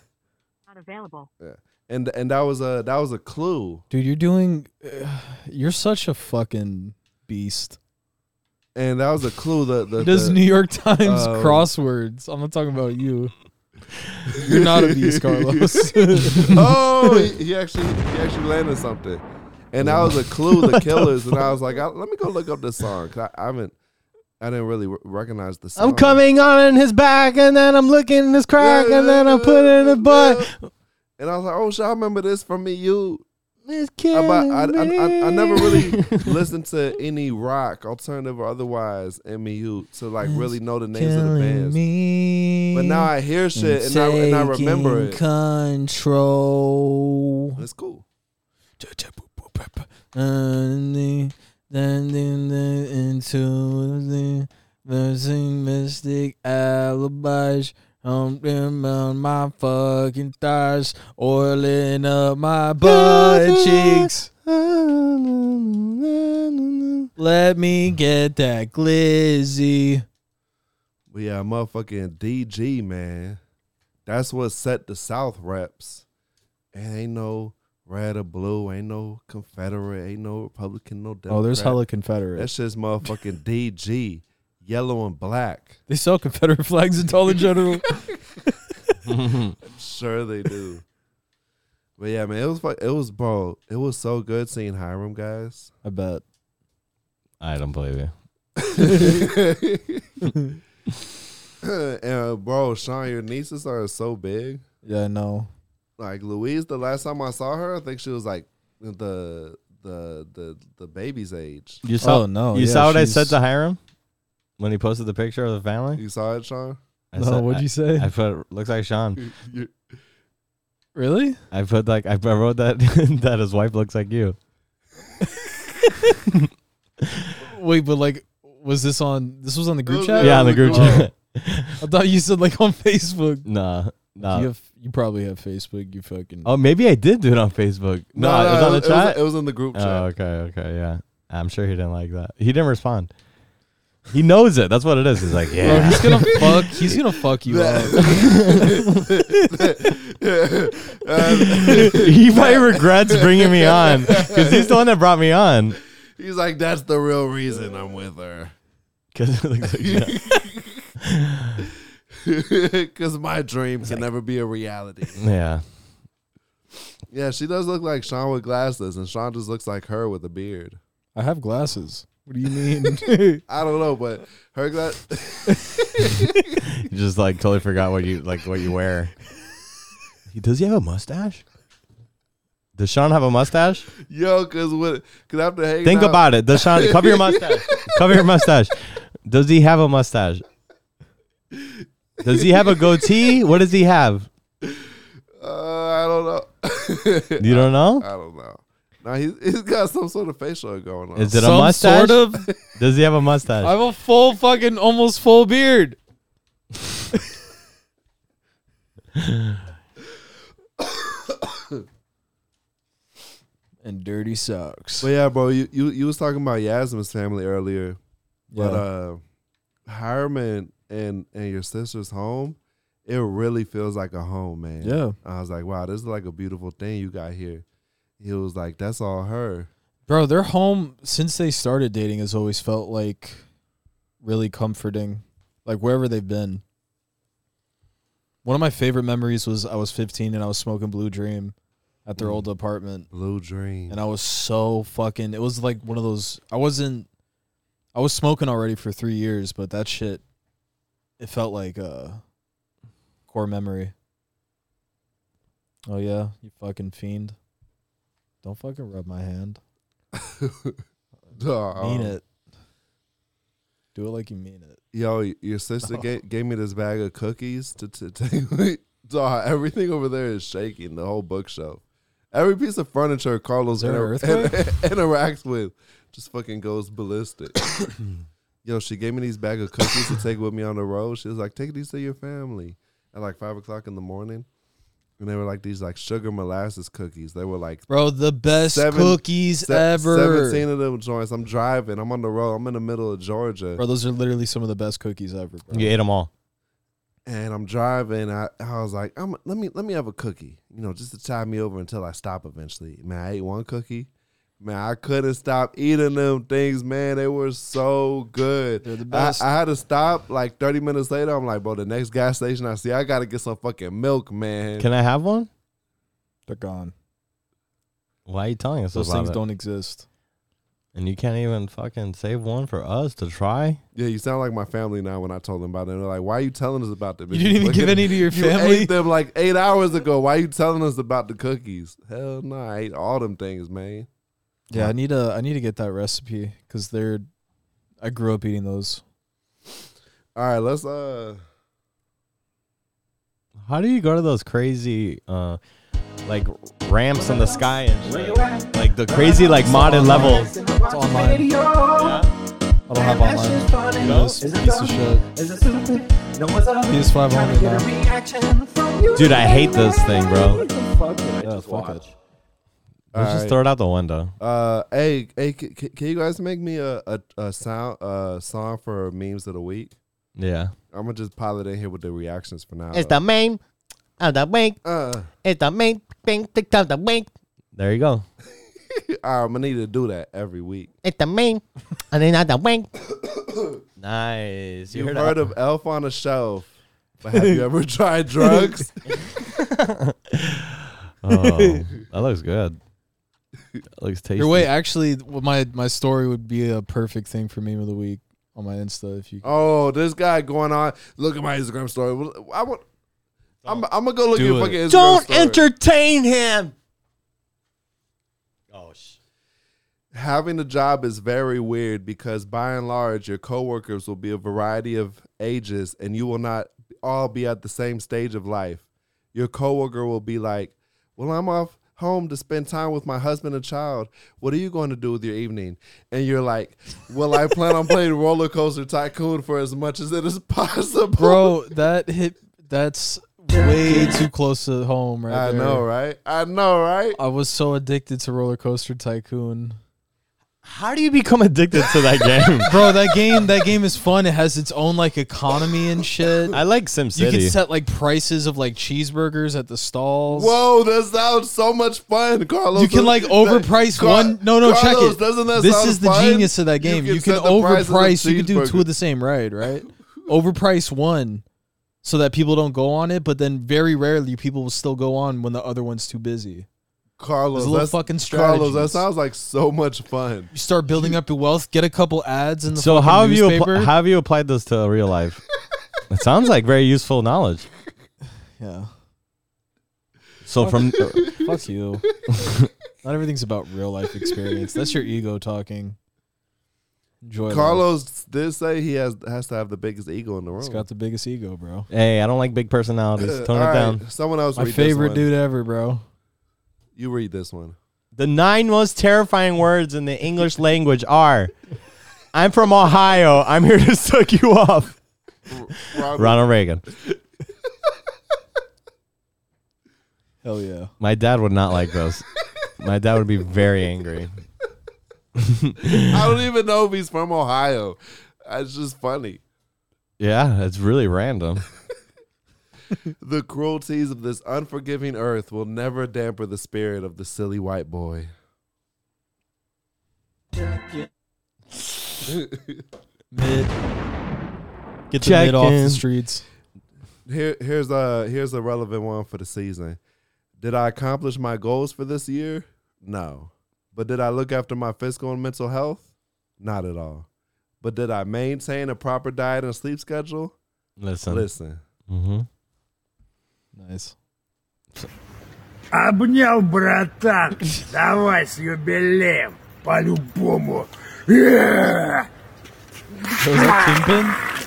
A: Not available.
C: and and that was a that was a clue.
I: Dude, you're doing. [SIGHS] Uh, you're such a fucking beast.
C: And that was a clue. The the,
I: He does
C: the-
I: New York Times
C: um,
I: crosswords. I'm not talking about you. You're not a
C: [LAUGHS]
I: beast, Carlos.
C: oh, he, he actually he actually landed something, and that was a clue. The Killers, and I was like, I, let me go look up this song. 'cause I, I haven't, I didn't really re- recognize the song.
F: I'm coming on in his back, and then I'm looking in his crack, and then I'm putting in his butt.
C: And I was like, oh shit, I remember this from me, you.
F: This
C: I,
F: kid.
C: but I, I, I, I never really listened to any rock, alternative or otherwise, MEU to like really know the names of the bands.
I: me.
C: But now I hear shit and, I, and I remember it.
I: Control.
C: It's cool.
I: And the- then in the- into the versing mystic alibis. Um, them on my fucking thighs, oiling up my butt cheeks. Let me get that glizzy.
C: But yeah, motherfucking DG, man. That's what set the South reps. And ain't no red or blue, ain't no Confederate, ain't no Republican, no Democrat.
I: Oh, there's hella
C: That
I: Confederate.
C: shit's
I: [LAUGHS]
C: motherfucking DG, yellow and black.
I: They sell Confederate flags at Dollar General.
C: Sure they do. but yeah, man, it was fu- it was bro, it was so good seeing Hiram guys. [CLEARS THROAT]
I: I bet.
F: I don't believe you.
I: Oh,
C: and uh, bro, Sean, your nieces are so big.
I: Yeah, I know.
C: Like Louise, the last time I saw her, I think she was like the the the the baby's age.
F: You saw,
I: Oh, no,
F: You
I: yeah,
F: saw what I
I: she's-
F: said to Hiram when he posted the picture of the family.
C: You saw it, Sean?
F: I
I: no,
F: said-
I: what'd you say?
F: I, I put looks like
I: [LAUGHS]
F: Sean.
C: You-
I: really?
F: I put like I wrote that [LAUGHS] that his wife looks like you.
I: Wait, but like, was this on? This was on the group
C: was
I: chat.
C: on
F: Yeah, in the group
C: Oh.
F: chat. [LAUGHS]
I: I thought you said like on Facebook.
F: nah, nah.
I: You have, you probably have Facebook. You fucking.
F: Oh, maybe I did do it on Facebook. No, it was on the
C: it
F: chat.
C: It was in the group
F: oh,
C: chat.
F: okay, okay, yeah. I'm sure he didn't like that. He didn't respond. He knows it. That's what it is. He's like,
I: Bro,
F: yeah.
I: he's gonna fuck. He's gonna fuck you up.
F: [LAUGHS] he probably regrets bringing me on because he's the one that brought me on.
C: [LAUGHS]
F: [LAUGHS]
C: He's like, that's the real reason I'm with her. [LAUGHS]
F: Because it looks like yeah.
C: Because my dream can never be a reality.
F: yeah.
C: Yeah, she does look like Sean with glasses, and Sean just looks like her with a beard.
I: I have glasses. What do you mean?
C: I don't know, but her glass.
F: You just like totally forgot what you like what you wear. He- Does he have a mustache? Does Sean have a mustache?
C: [LAUGHS] Yo, because what? Because after hanging
F: Think
C: out-
F: about it. Does Sean cover your mustache? [LAUGHS] cover your mustache. Does he have a mustache? Does he have a goatee? What does he have?
C: Uh, I don't know. [LAUGHS]
F: You don't know?
C: I don't know. Now he's, he's got some sort of facial going on.
F: Is it a
I: Some
F: mustache?
I: sort of.
F: Does he have a
I: I
F: mustache?
I: have a full fucking, almost full beard. and dirty socks.
C: But yeah, bro, you, you you was talking about Yasmin's family earlier, but
I: Yeah.
C: uh, Hireman and and your sister's home, it really feels like a home, man.
I: yeah.
C: I was like, wow, this is like a beautiful thing you got here. He was like, that's all her.
I: Bro, their home since they started dating has always felt like really comforting. Like wherever they've been. One of my favorite memories was I was 15 and I was smoking Blue Dream at their old apartment
C: Blue dream. [LAUGHS]
I: and I was so fucking it was like one of those I wasn't I was smoking already for 3 years, but that shit it felt like a core memory. Oh yeah, you fucking fiend. Don't fucking rub my hand.
C: Duh.
I: Mean it. Do it like you mean it.
C: Yo, your
I: Oh.
C: sister ga- gave me this bag of cookies to to [LAUGHS] take. with- Dog, everything over there is shaking. The whole bookshelf, every piece of furniture Carlos
I: Is there an
C: inter- [LAUGHS]
I: earthquake?
C: interacts with, just fucking goes ballistic. [COUGHS] Yo, she gave me these bag of cookies to take with me on the road. She was like, "Take these to your family." At like five o'clock in the morning, and they were like these like sugar molasses cookies. They were like
I: Bro, the best
C: Seven-
I: cookies
C: se-
I: ever.
C: seventeen of them joints. I'm driving. I'm on the road. I'm in the middle of Georgia.
I: Bro, those are literally some of the best cookies ever. Bro.
F: You ate them all.
C: and I'm driving. I, I was like, I'm, let me let me have a cookie, you know, just to tide me over until I stop eventually. Man, I ate one cookie. Man, I couldn't stop eating them things, man. They were so good.
I: They're the best.
C: I, I had to stop like 30 minutes later. I'm like, bro, the next gas station I see, I gotta get some fucking milk, man.
F: Can I have one?
I: They're gone.
F: Why are you telling us
I: Those
F: about
I: things
F: it?
I: don't exist.
F: And you can't even fucking save one for us to try.
C: yeah, you sound like my family now when I told them about it. They're like, why are you telling us about the
I: You didn't even give any to your
C: [LAUGHS] You
I: family.
C: ate them like eight hours ago. Why are you telling us about the cookies? Hell no, I ate all them things, man.
I: Yeah, I need to. I need to get that recipe because they're. I grew up eating those.
C: All right, let's uh
F: How do you go to those crazy, uh, like ramps in the sky and shit? like the crazy like modded levels?
I: It's online. I don't have online. You know, this piece of shit. PS5 only now.
F: Dude, I hate this thing, bro.
I: Yeah, fuck it.
F: Let's just
C: right.
F: throw it out the window.
C: Uh, hey, hey, c- c- can you guys make me a, a, a sound uh song for memes of the week?
F: Yeah.
C: I'm gonna just pilot in here with the reactions for now.
F: It's
C: though.
F: the main of the wink.
C: uh,
F: It's the main thing of the wink. There you go.
C: all right, I'm gonna need to do that every
F: [LAUGHS]
C: week.
F: It's the main and then not the wink. nice.
C: You have heard of Elf on a Shelf? But have you ever
F: [LAUGHS]
C: tried drugs?
F: Oh, that looks good. That looks tasty.
I: Your way, actually, well, my my story would be a perfect thing for meme of the week on my Insta if you.
C: Oh, this guy going on. Look at my Instagram story. Well, I want. I'm, I'm gonna go look at
I: Do
C: your
I: it.
C: fucking Instagram
F: Don't
C: story.
F: entertain him. Oh sh.
C: Having a job is very weird because by and large, your coworkers will be a variety of ages and you will not all be at the same stage of life. Your coworker will be like, Well, I'm off home to spend time with my husband and child. What are you going to do with your evening? And you're like, Well, I plan on playing Roller Coaster Tycoon for as much as it is [LAUGHS] possible.
I: Bro, that hit. That's way too close to home, right?
C: I
I: there.
C: know, right? I know, right?
I: I was so addicted to Roller Coaster Tycoon.
F: How do you become addicted to
I: [LAUGHS]
F: that game?
I: Bro, that game that game is fun. It has its own like economy and
C: [LAUGHS]
I: shit.
F: I like
I: You
F: SimCity.
I: can set like prices of like cheeseburgers at the stalls.
C: Whoa, that sounds so much fun, Carlos.
I: You can like overprice
C: Car-
I: one. No, no, check
C: Carlos,
I: it.
C: doesn't that
I: this
C: sound
I: is the
C: fun?
I: genius of that game. You can,
C: set the price of the
I: overprice. You can do two
C: cheeseburger.
I: of the same ride, right? overprice one, so that people don't go on it. But then very rarely people will still go on when the other one's too busy.
C: Carlos,
I: There's little
C: that's,
I: fucking
C: Carlos, that
I: strategies.
C: sounds like so much fun.
I: You start building up your wealth. Get a couple ads in the
F: so
I: fucking
F: how have you
I: newspaper.
F: appl- how have you applied this to real life? it sounds like very useful knowledge.
I: yeah.
F: So
I: [LAUGHS]
F: from uh,
I: Fuck you. Not everything's about real life experience. That's your ego talking. Enjoy. life.
C: Carlos did say he has has to have the biggest ego in the room.
I: He's got the biggest ego, bro.
F: hey, I don't like big personalities.
C: All
F: Tone it
C: right,
F: down.
C: Someone else.
I: My
C: read
I: favorite
C: this one.
I: dude ever, bro.
C: You read this one.
F: The nine most terrifying words in the English language are I'm from Ohio. I'm here to suck you off.
C: Robert,
F: Ronald Reagan.
I: Hell yeah.
F: My dad would not like those. My dad would be very angry.
C: I don't even know if he's from Ohio. It's just funny.
F: Yeah, it's really random.
C: The cruelties of this unforgiving earth will never damper the spirit of the silly white boy.
I: Mid. Get the
F: Check
I: mid off
F: in.
I: the streets.
C: Here, here's a here's a relevant one for the season. Did I accomplish my goals for this year? No. But did I look after my physical and mental health? Not at all. But did I maintain a proper diet and sleep schedule?
F: Listen.
C: Listen,
F: Mm-hmm.
I: Nice.
H: Обнял, братан. Давай с юбилеем. По-любому.
I: Was that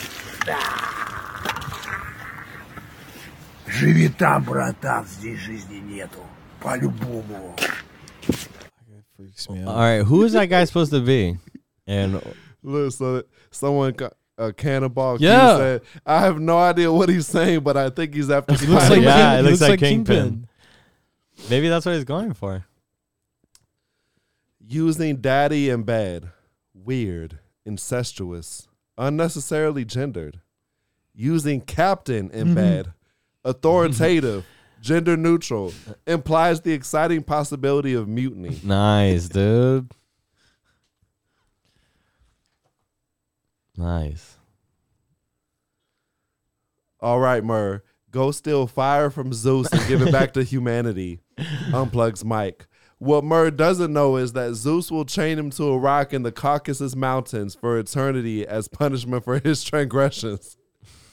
H: Живи там, братан. Здесь жизни нету. По-любому.
I: Kingpin? Freaks me
F: All
I: out.
F: right, who is that guy supposed to be? And
C: listen. Someone, ca- a cannonball. Key
I: Yeah.
C: Said, I have no idea what he's saying, but I think he's
I: [LAUGHS]
C: after.
F: [LAUGHS]
I: He looks like
F: Yeah,
I: King-
F: it
I: he
F: looks
I: looks
F: like
I: like Kingpin.
F: Kingpin. maybe that's what he's going for.
C: using daddy in bed, weird, incestuous, unnecessarily gendered, using captain in bed, authoritative, gender neutral, implies the exciting possibility of mutiny.
F: Nice, dude. Nice.
C: All right, Murr, go steal fire from Zeus and give it back to humanity. Unplugs Mike. What Murr doesn't know is that Zeus will chain him to a rock in the Caucasus Mountains for eternity as punishment for his [LAUGHS] transgressions.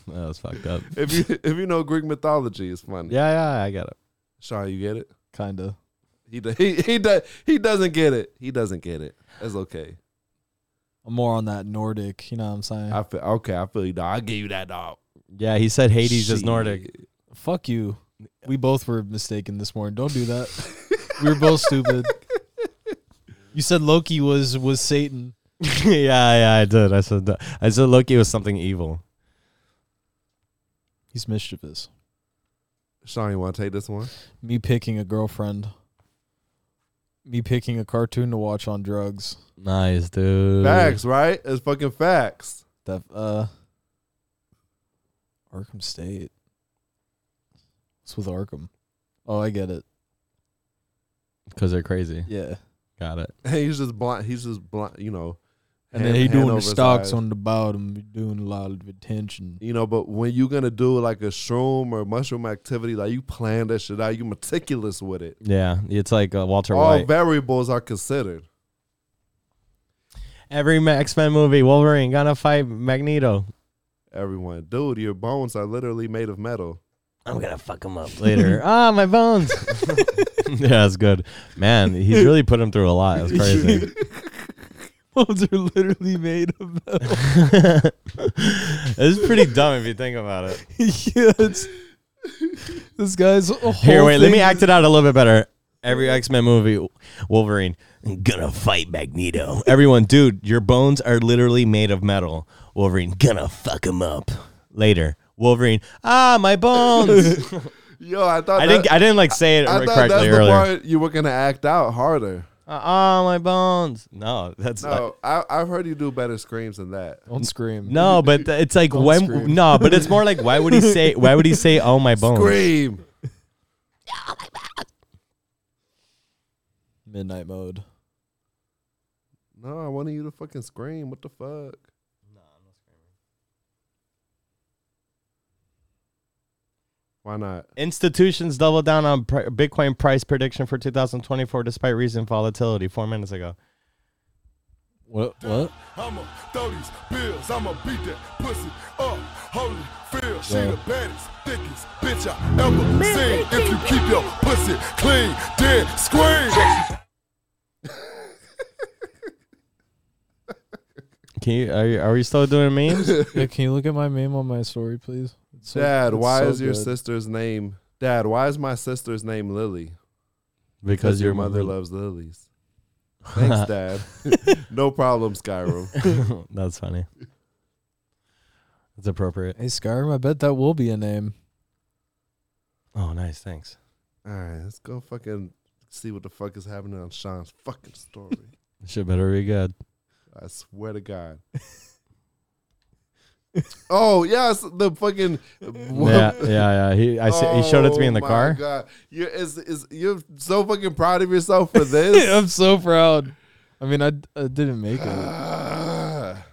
F: That was fucked up.
C: If you [LAUGHS] if you know Greek mythology, it's funny.
F: Yeah, yeah, I got it.
C: Sean, you get it?
I: Kinda.
C: He do- [LAUGHS] he he does he doesn't get it. He doesn't get it. That's okay.
I: I'm more on that Nordic. You know what I'm saying?
C: I feel okay. I feel you. Dog. I'll give you that dog.
F: Yeah, he said Hades is Nordic. [LAUGHS]
C: Shit.
I: Fuck you. We both were mistaken this morning. Don't
C: [LAUGHS]
I: do that. we were both stupid. You said Loki was was Satan.
F: yeah, yeah, I did. I said that. I said Loki was something evil.
I: He's mischievous.
C: Sean, you want to take this one?
I: Me picking a girlfriend. Me picking a cartoon to watch on drugs.
F: Nice, dude.
C: Facts, right? It's fucking facts. [LAUGHS]
I: That uh Arkham State. What's with Arkham? Oh, I get it.
F: Because they're crazy.
I: Yeah.
F: Got it.
C: He's just blind. He's just blind. You know.
I: And
C: hand-
I: then he
C: hand
I: doing
C: over
I: the
C: his
I: stocks
C: eyes.
I: on the bottom, he doing a lot of attention.
C: You know, but when you gonna do like a shroom or mushroom activity, like you plan that shit out, you meticulous with it.
F: Yeah, it's like uh,
I: Oh,
F: Walter
C: All
F: White.
C: variables are considered.
F: Every X Men movie, Wolverine gonna fight Magneto.
C: Everyone, dude, your bones are literally made of metal.
F: I'm gonna fuck him up
I: [LAUGHS]
F: later. ah, my bones. [LAUGHS] yeah, that's good. Man, he's really put him through a lot. That's crazy. [LAUGHS]
I: Bones are literally made of metal.
F: it's pretty dumb if you think about
I: [LAUGHS]
F: it.
I: yeah, it's, this guy's whole
F: Here, wait, let me
I: thing-
F: act it out a little bit better. Every X Men movie, Wolverine, gonna fight Magneto. Everyone, dude, your bones are literally made of metal. Wolverine, gonna fuck him up. Later, Wolverine, ah, my
I: [LAUGHS]
F: bones.
C: Yo, I thought that-
F: I didn't, I didn't like say it
C: I thought
F: correctly
C: that's the
F: earlier.
C: part you were gonna act out harder.
F: Uh, oh, my bones. No, that's uh, not.
C: No, I, I've heard you do better screams than that.
A: Don't scream.
C: [LAUGHS]
F: No, but th- it's like
A: Don't
F: when
A: scream.
F: no, but it's more like why would he say why would he say oh my bones?
C: Scream.
A: Midnight mode.
C: No, I wanted you to fucking scream. What the fuck? Why not?
F: Institutions double down on pri Bitcoin price prediction for 2024 despite recent volatility. Four minutes ago.
C: [LAUGHS]
A: What? What?
H: I'm a throw these bills, I'ma beat that pussy up. Holy feel, she
A: Yeah.
H: the baddest, thickest bitch I ever seen. If you keep your pussy clean, then scream.
F: Can you are, you, are we still
C: [LAUGHS]
F: doing memes?
A: Yeah, can you look at my meme on my story, please? It's so-
C: Dad,
A: it's
C: why
A: so
C: is your
A: good.
C: sister's name? Dad, why is my sister's name Lily?
F: Because
C: your mother loves
F: [LAUGHS]
C: lilies. Thanks, Dad. [LAUGHS] no problem,
F: [LAUGHS]
C: Skyrim.
F: That's funny. That's appropriate.
A: Hey Skyrim, I bet that will be a name.
F: Oh, nice. Thanks.
C: All right, let's go fucking see what the fuck is happening on Sean's fucking story.
F: Shit better be good.
C: [LAUGHS] I swear to
F: [LAUGHS]
C: God. oh yes, the fucking
F: Yeah, yeah, yeah. He I s- he showed it to me in the
C: Oh, my
F: car.
C: God. You're, is, is, you're so fucking proud of yourself
F: [LAUGHS]
C: for this.
A: I'm so proud. I mean, I, d- I didn't make
C: [SIGHS]
A: it.
C: Ah.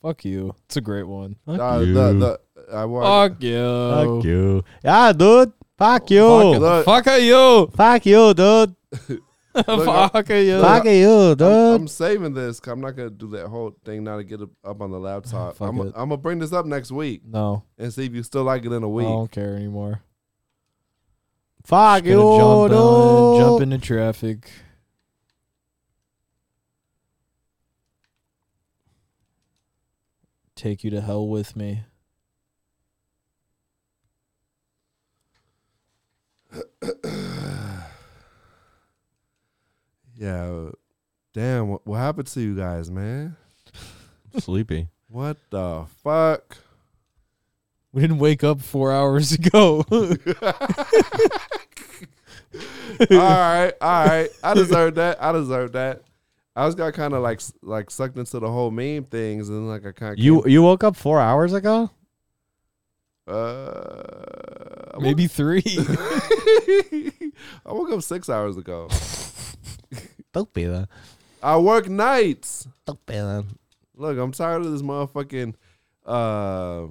A: Fuck you. It's a great one.
F: Fuck
C: Uh,
F: you.
C: the, the, I want. [LAUGHS]
A: Fuck you.
F: Fuck you. Yeah, dude. Fuck you.
C: Look,
A: Fuck you.
F: Fuck you, dude.
C: Look,
A: Fuck you.
F: Fuck you, dude.
C: I'm, I'm saving this. 'cause I'm not gonna do that whole thing now to get it up on the laptop.
A: Fuck
C: I'm,
A: it.
C: I'm gonna bring this up next week
A: No,
C: and see if you still like it in a
A: I
C: week.
A: don't care anymore.
F: Fuck
A: Gonna
F: you,
A: jump, in, jump
F: dude.
A: into traffic. Take you to hell with me.
C: Yeah. Damn. What, what happened to you guys, man?
F: Sleepy.
C: What the fuck?
A: We didn't wake up four hours ago. [LAUGHS]
C: all right, all right. I deserve that. I deserve that. I was got kind of like s- like sucked into the whole meme things and like I kind of
F: You you woke up four hours ago?
C: uh I
A: Maybe three.
C: woke- [LAUGHS] I woke up six hours ago.
F: Don't be that.
C: I work nights.
F: Don't be that.
C: Look, I'm tired of this motherfucking. Uh,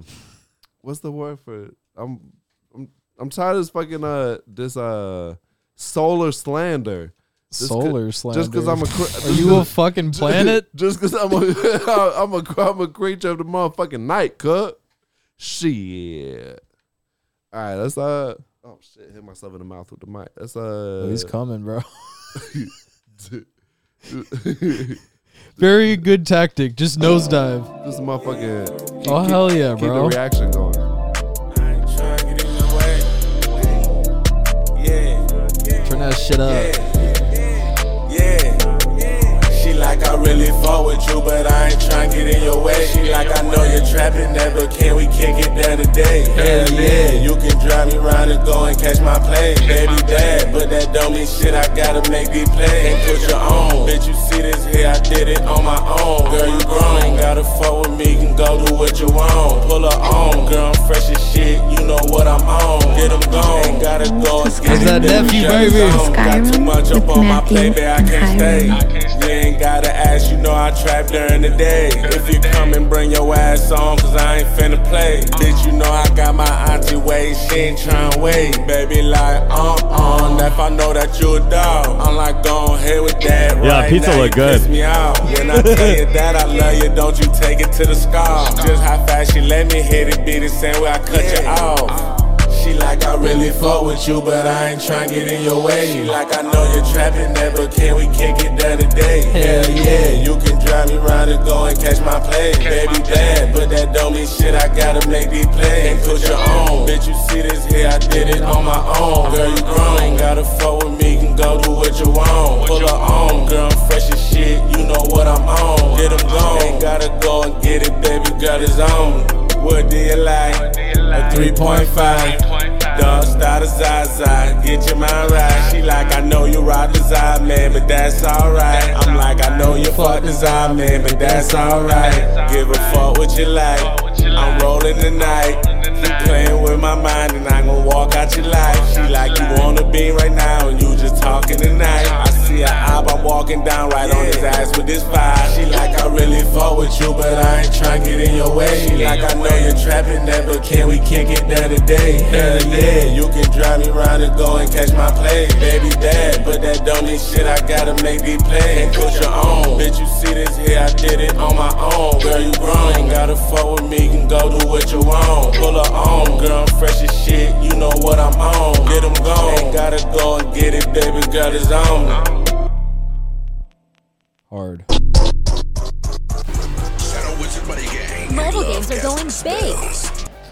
C: what's the word for it? I'm I'm I'm tired of this fucking uh this uh solar slander. Just 'cause-
A: Solar slander.
C: Just because I'm a cr-
A: Are
C: [LAUGHS]
A: you a fucking planet?
C: Just because I'm a [LAUGHS] I'm a I'm a creature of the motherfucking night, cut. Shit. All right, let's uh. Oh shit! Hit myself in the mouth with the mic. That's uh.
A: Oh, he's coming,
C: [LAUGHS]
A: bro. Very good tactic. Just nosedive.
C: This motherfucking.
A: Oh hell yeah,
C: Uh, Keep
A: bro.
C: the reaction going.
A: Turn that shit up.
I: She like I really fought with you, but I ain't tryna get in your way. She like I know you're trapping that, but can we kick it down today? Hell yeah, you can drive me around and go and catch my plane, baby dad. But that don't mean shit. I gotta make these plays and put your own. Bitch, you see this here? I did it on my own. Girl, you grown, gotta fuck with me, can go do what you want. Pull her on, girl, I'm fresh as shit. You know what I'm on. Get 'em gone, ain't gotta go. and get
A: Is that
I: it,
A: nephew,
I: just
A: baby?
I: gone. Got too much up on my plate, babe, I can't stay.
J: Skyrim.
I: You ain't gotta ask, you know I trap during the day. If you come and bring your ass on, cause I ain't finna play. Bitch, you know I got my auntie way, she ain't tryna wait. Baby, like, uh uh, if I know that you a dog, I'm like, go ahead with that.
F: Yeah,
I: right
F: pizza
I: now,
F: look
I: you piss
F: good.
I: me out. When I tell you that I love you, don't you take it to the scar. Just how fast she let me hit it, be the same way I cut you off. She like I really fuck with you, but I ain't tryna get in your way. She like I know you're trapping that, but can we kick it down today? Hell yeah, you can drive me around and go and catch my play, baby dad. But that don't mean shit. I gotta make these plays and put your own. Bitch, you see this here? I did it on my own. Girl, you grown, gotta fuck with me, can go do what you want. Pull her on, girl, I'm fresh as shit. You know what I'm on. Get 'em gone, ain't gotta go and get it, baby girl is on. What do you like? A 3.5. Dog star to Zaza, get your mind right. She like, I know you rock desire, man, but that's alright. I'm like, I know you fuck desire, man, but that's alright. Give a fuck what you like. I'm rolling tonight. Keep playing with my mind and I gon' walk out your life. She like, you wanna be right now and you just talking tonight. I see her ob, I'm walking down right on his ass with this vibe. She like, I really fuck with you, but I ain't tryna get in your way. She like, I know you're trapping that, but can we kick it there today? Hell yeah, you can drive me round and go and catch my play. Baby dad, but that don't mean shit, I gotta make these plays. And put your own. Bitch, you see this here, I did it on my own. Girl, you grown. Gotta fuck with me, can go do what you want. Pull her on. Girl, I'm fresh as shit, you know what I'm on. Get 'em gone. Ain't gotta go and get it, baby girl, it's on.
G: Hard.
K: Mobile games are going big.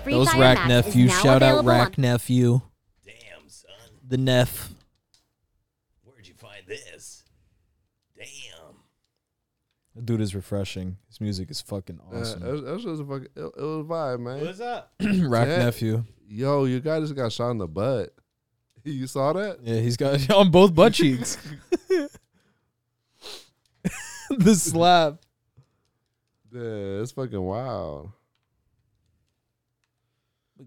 K: Free
G: Those
K: Fire
G: Rack
K: Max
G: Nephew.
K: is now
G: Shout
K: available
G: out
K: on-
G: Rack Nephew. Damn, son. The Neff.
L: Where'd you find this? Damn.
G: That dude is refreshing. His music is fucking
C: Uh,
G: awesome.
C: that was- that was just a fucking, it, it was a vibe, man.
F: What is that?
G: [CLEARS THROAT] Rack Nephew.
C: Yo, your guy just got shot in the butt. [LAUGHS] You saw that?
G: Yeah, he's got [LAUGHS] on both butt cheeks. [LAUGHS] the slap.
C: Yeah, it's fucking wild.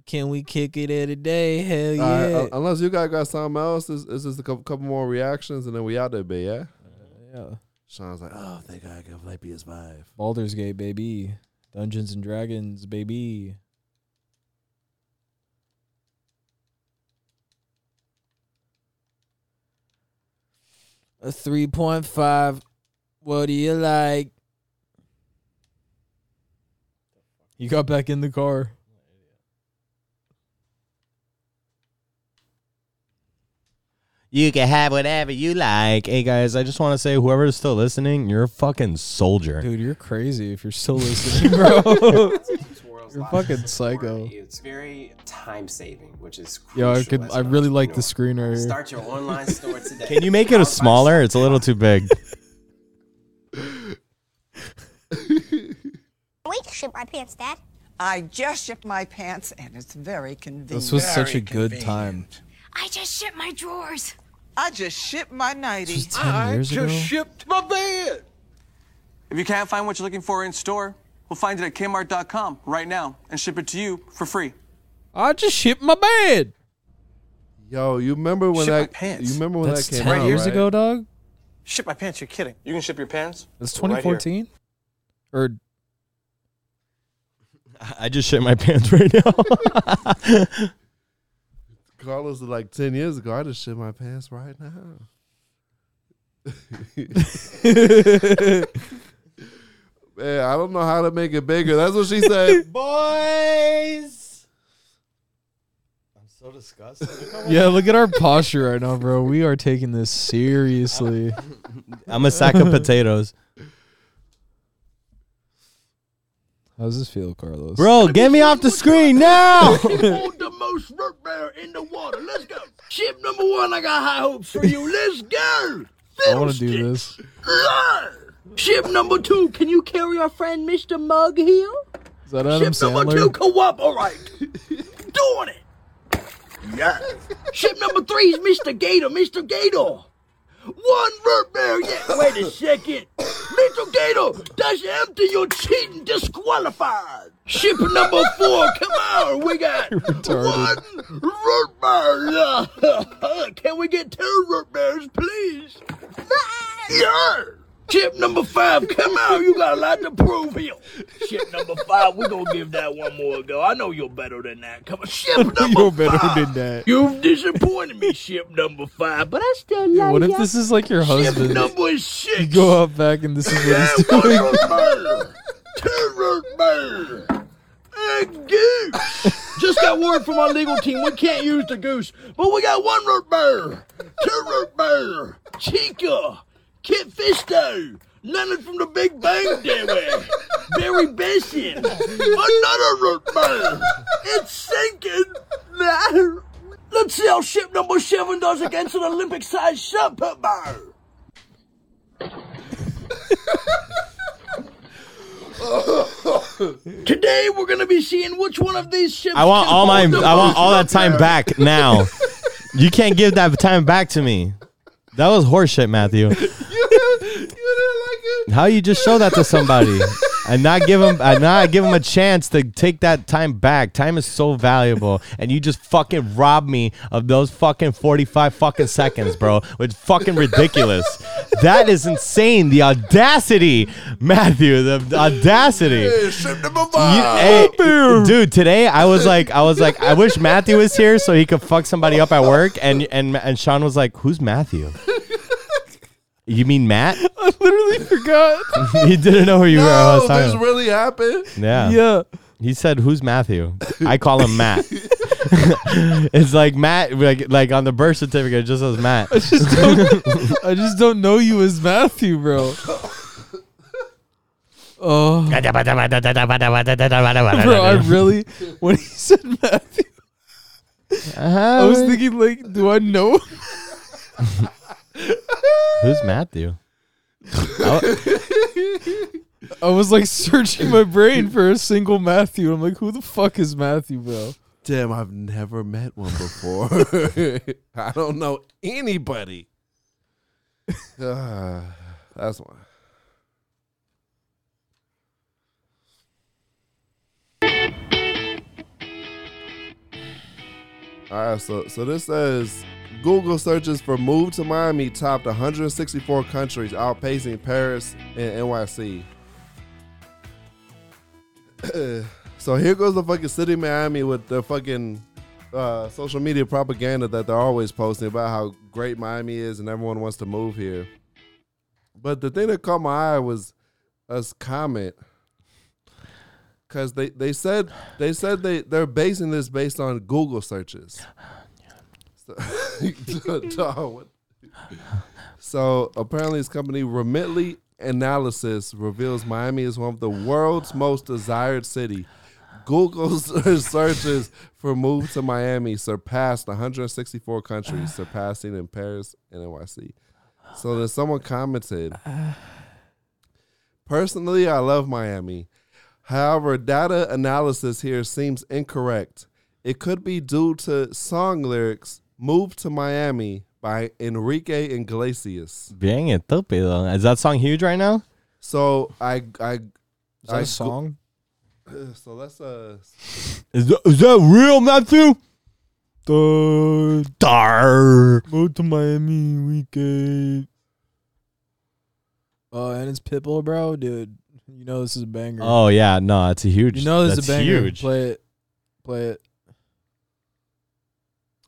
G: Can we kick it at a day? Hell yeah.
C: All right, oh. un- unless you guys got something else, it's, it's just a couple, couple more reactions and then we out there, babe, yeah?
G: yeah.
C: Sean's like, oh, thank God I got play PS5.
G: Baldur's Gate, baby. Dungeons and Dragons, baby. A 3.5. What do you like? He got back in the car.
F: You can have whatever you like. Hey guys, I just want to say, whoever's still listening, you're a fucking soldier.
G: Dude, you're crazy if you're still listening, bro. you're fucking psycho.
M: It's very time saving, which is crucial.
G: Yo, I could. I really like the screen right here.
M: Start your online store today.
F: Can you make it a smaller? It's a little
E: [LAUGHS]
F: too big.
E: Wait to ship my pants, Dad. I just shipped my pants, and it's very convenient.
G: This was such a good time.
E: I just shipped my drawers. I just shipped my nightie.
G: This was 10 years ago?
B: shipped my bed. If you can't find what you're looking for in store, we'll find it at Kmart.com right now and ship it to you for free.
G: I just shipped my bed.
C: Yo, you remember when
B: Shit my
C: that? You remember when
G: That's
C: that came
G: 10
C: out?
G: years
C: right?
G: ago, dog?
B: Ship my pants, you're kidding. You can ship your pants?
G: It's
B: Right here.
G: 2014? or
F: [LAUGHS] I just shit my [LAUGHS] pants
B: [LAUGHS]
F: right now.
C: Carlos was like ten years ago. I just shit my pants right
G: [LAUGHS]
C: now. Man, I don't know how to make it bigger. That's what she [LAUGHS] said.
F: Boys. I'm so disgusted. Look how much-
G: Yeah, look at our posture right now, bro. We are taking this seriously.
F: [LAUGHS] I'm a sack of potatoes.
G: How does this feel, Carlos?
F: Bro, get me off the screen now.
H: the most root bear in the water. Let's go. Ship number one, I got high hopes for you. Let's go.
G: I want to do this.
H: Ship number two, can you carry our friend Mr. Mug here?
G: Is that Adam
H: Ship number two,
G: Sandler?
H: cooperate. Doing it. Yeah. Ship number three is Mr. Gator. Mr. Gator. One root bear. Yeah. Wait a second. Mr. Gator, that's empty. You're cheating. Disqualified. Ship number four. Come on. We got one
G: Retarded.
H: root bear. [LAUGHS] Can we get two root bears, please? Yeah. Ship number five. Come on. You got a lot to prove here. Ship number five. We're going to give that one more go. I know you're better than that. Come on. [LAUGHS] Ship number
G: You're better than that.
H: You've disappointed me, ship number five, but I still love
G: [LAUGHS] What if
H: ya.
G: this is like your husband?
H: Ship number
G: You
H: six.
G: go up back and this is what he's
H: What
G: doing.
H: a
G: [LAUGHS]
H: murder. Terror murder. A goose. Just got word from our legal team. We can't use the goose, but we got one root bear, two root bear, Chica, Kit Fisto, Leonard from the Big Bang Theory, Barry Besson, another root bear. It's sinking. Let's see how ship number seven does against an Olympic-sized super bear. Today we're gonna be seeing which one of these ships.
F: I want
H: can
F: all my
H: hold the
F: I want
H: most
F: all that time
H: repair. [LAUGHS]
F: back now. you can't give that time back to me. That was horseshit, Matthew. How you just show that to somebody and not give him and not give him a chance to take that time back? Time is so valuable, and you just fucking rob me of those fucking forty five fucking seconds, bro. It's fucking ridiculous. That is insane. The audacity, Matthew. The, the audacity. You- hey, dude, today I was like, I was like, I wish Matthew was here so he could fuck somebody up at work. And and and Sean was like, "Who's Matthew?" You mean Matt?
I: [LAUGHS] I literally forgot.
F: [LAUGHS] he didn't know who you were. I was
C: No,
F: talking
C: this
F: about.
C: really happened.
F: Yeah.
I: Yeah.
F: He said, "Who's Matthew?" I call him Matt. [LAUGHS] it's like Matt, like like on the birth certificate, it just says Matt.
I: I just don't know you as Matthew, bro. Oh, bro! I really when he said Matthew,
F: Uh-huh.
I: I was thinking like, do I know? [LAUGHS] him?
F: Who's
I: [LAUGHS]
F: Matthew? Oh,
I: I was like searching my brain for a single Matthew. I'm like, who the fuck is Matthew, bro?
C: Damn, I've never met one [LAUGHS] before. I don't know anybody. [SIGHS] Ah, that's one. All right, so so this says Google searches for move to Miami topped 164 countries, outpacing Paris and NYC. so here goes the fucking city of Miami with their fucking uh, social media propaganda that they're always posting about how great Miami is and everyone wants to move here. But the thing that caught my eye was us comment because they, they said they said they they're basing this based on Google searches. [LAUGHS] So, [LAUGHS] Dog, what- so apparently, his company Remitly Analysis reveals Miami is one of the world's most desired city. Google [LAUGHS] searches for move to Miami surpassed 164
F: [SIGHS]
C: countries, surpassing in Paris and NYC. So then someone commented, Personally, I love Miami. However, data analysis here seems incorrect. It could be due to song lyrics Move to Miami by Enrique Iglesias.
F: Dang it, though. Is that song huge right now?
C: So I I Is
F: that a song?
C: [SIGHS] so let's uh
F: Is that, is that real, Matthew? Duh, dar.
I: Move to Miami weekend. Oh, and it's Pitbull, bro, dude. You know this is a banger.
F: Oh yeah, no, it's a huge.
I: you know this
F: that's
I: is a banger.
F: huge.
I: Play it, play it.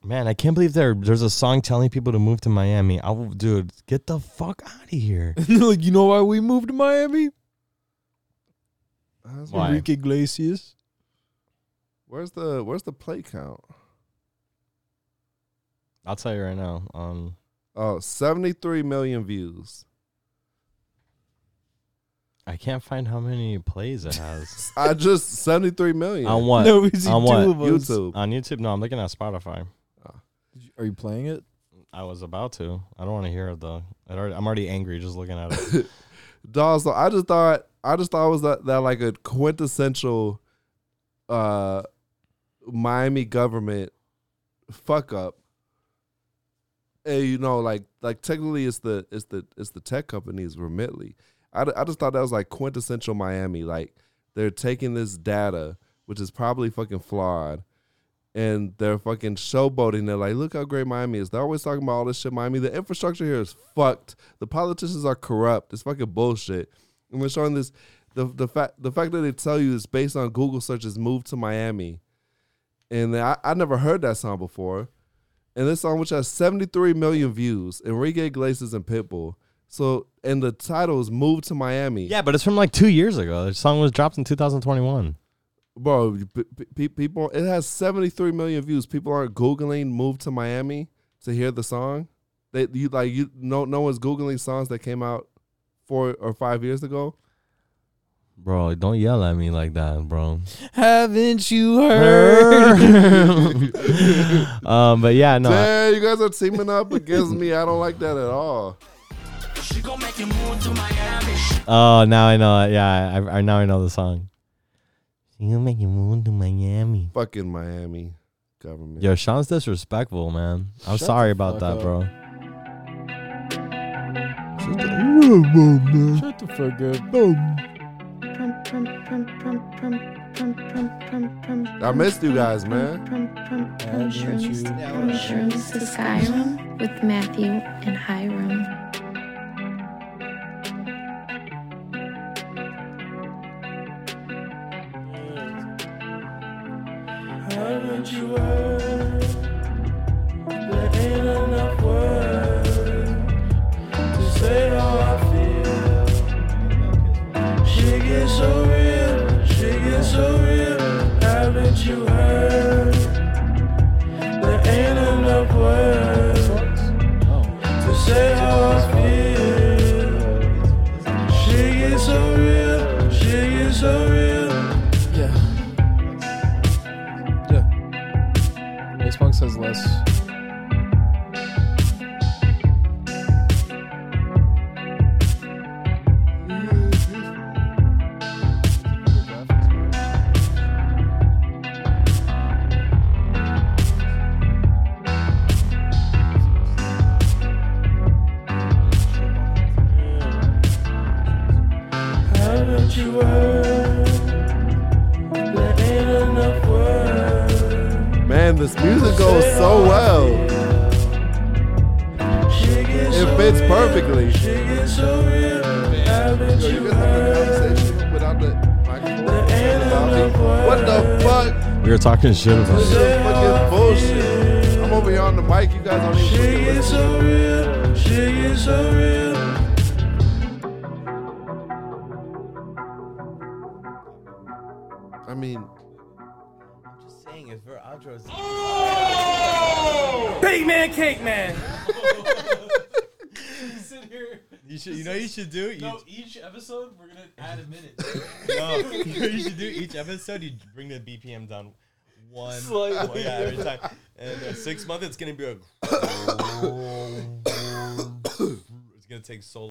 F: Man, I can't believe there there's a song telling people to move to Miami. I will, dude, get the fuck out of
I: [LAUGHS]
F: here.
I: like you know why we moved to Miami?
F: Why?
I: Enrique Iglesias.
C: where's the where's the play count?
F: I'll tell you right now. Um,
C: Oh, 73 million views.
F: I can't find how many plays it
I: [LAUGHS]
F: has.
C: I just [LAUGHS] 73 million.
F: on what?
I: No, it's
F: on what?
I: two of us.
C: YouTube.
F: On YouTube? Ah. No, I'm looking at Spotify.
I: Are you playing it?
F: I was about to. I don't want to hear it though. It already, I'm already angry just looking at it.
C: Dawes, I just thought I just thought it was that, that like a quintessential uh Miami government fuck up. And you know, like like technically it's the it's the it's the tech companies Remitly. I, d- I just thought that was like quintessential Miami. Like they're taking this data, which is probably fucking flawed, and they're fucking showboating. They're like, look how great Miami is. They're always talking about all this shit. Miami, the infrastructure here is fucked. The politicians are corrupt. It's fucking bullshit. And we're showing this. The, the fact the fact that they tell you it's based on Google searches moved to Miami, and I, I never heard that song before. And this song, which has 73 million views, Enrique Iglesias and Pitbull. So, and the title is "Move to Miami."
F: [LAUGHS] yeah, but it's from like two years ago. The song was dropped in 2021.
C: bro you p- p- pe- people it has 73 million views people aren't googling move to miami to hear the song they you like you no no one's googling songs that came out four or five years ago
F: Bro, don't yell at me like that,
I: [LAUGHS]
F: bro. [LAUGHS]
I: Haven't you heard?
F: um, but yeah, no. I-
I: [LAUGHS]
C: Damn, you guys are teaming up against me i don't like that at all
F: Oh, now I know. it. Yeah, I, I now I know the song. You make a move to Miami.
C: Fucking Miami government.
F: Yo, Sean's disrespectful, man. I'm
C: Shut
F: sorry
C: the fuck
F: about that,
C: up.
F: bro.
I: Shut the fuck up.
C: I missed you guys, man.
A: Mushrooms, mushrooms to Skyrim with Matthew and Hiram.
N: Haven't you heard? There ain't enough words to say how I feel. She gets so real, she gets so real. Haven't you heard? There ain't enough words to say how I feel. She gets so real, she gets so real. Yeah.
I: Ace Punk says less.
N: Haven't you heard? There ain't enough words.
C: Man, this music goes so well.
N: She gets
C: It
N: so
C: fits
N: real.
C: perfectly.
N: She gets so real. Haven't you heard? There ain't enough
C: What the fuck?
F: We were talking shit about
C: This
F: it.
C: is fucking bullshit. I'm over here on the mic. You guys don't even fucking
N: She is
C: listen.
N: so real. She is so real.
C: I mean,
N: Saying it for outros.
I: Oh!
O: Big man, cake man.
F: You should. You know you should do. You,
I: No, each episode we're gonna add a minute.
F: [LAUGHS] no, you know what you should do each episode. You bring the BPM down one.
I: Slightly.
F: one- yeah,
I: [LAUGHS]
F: every time. And uh, six months, [LAUGHS] it's gonna be a. it's gonna take so.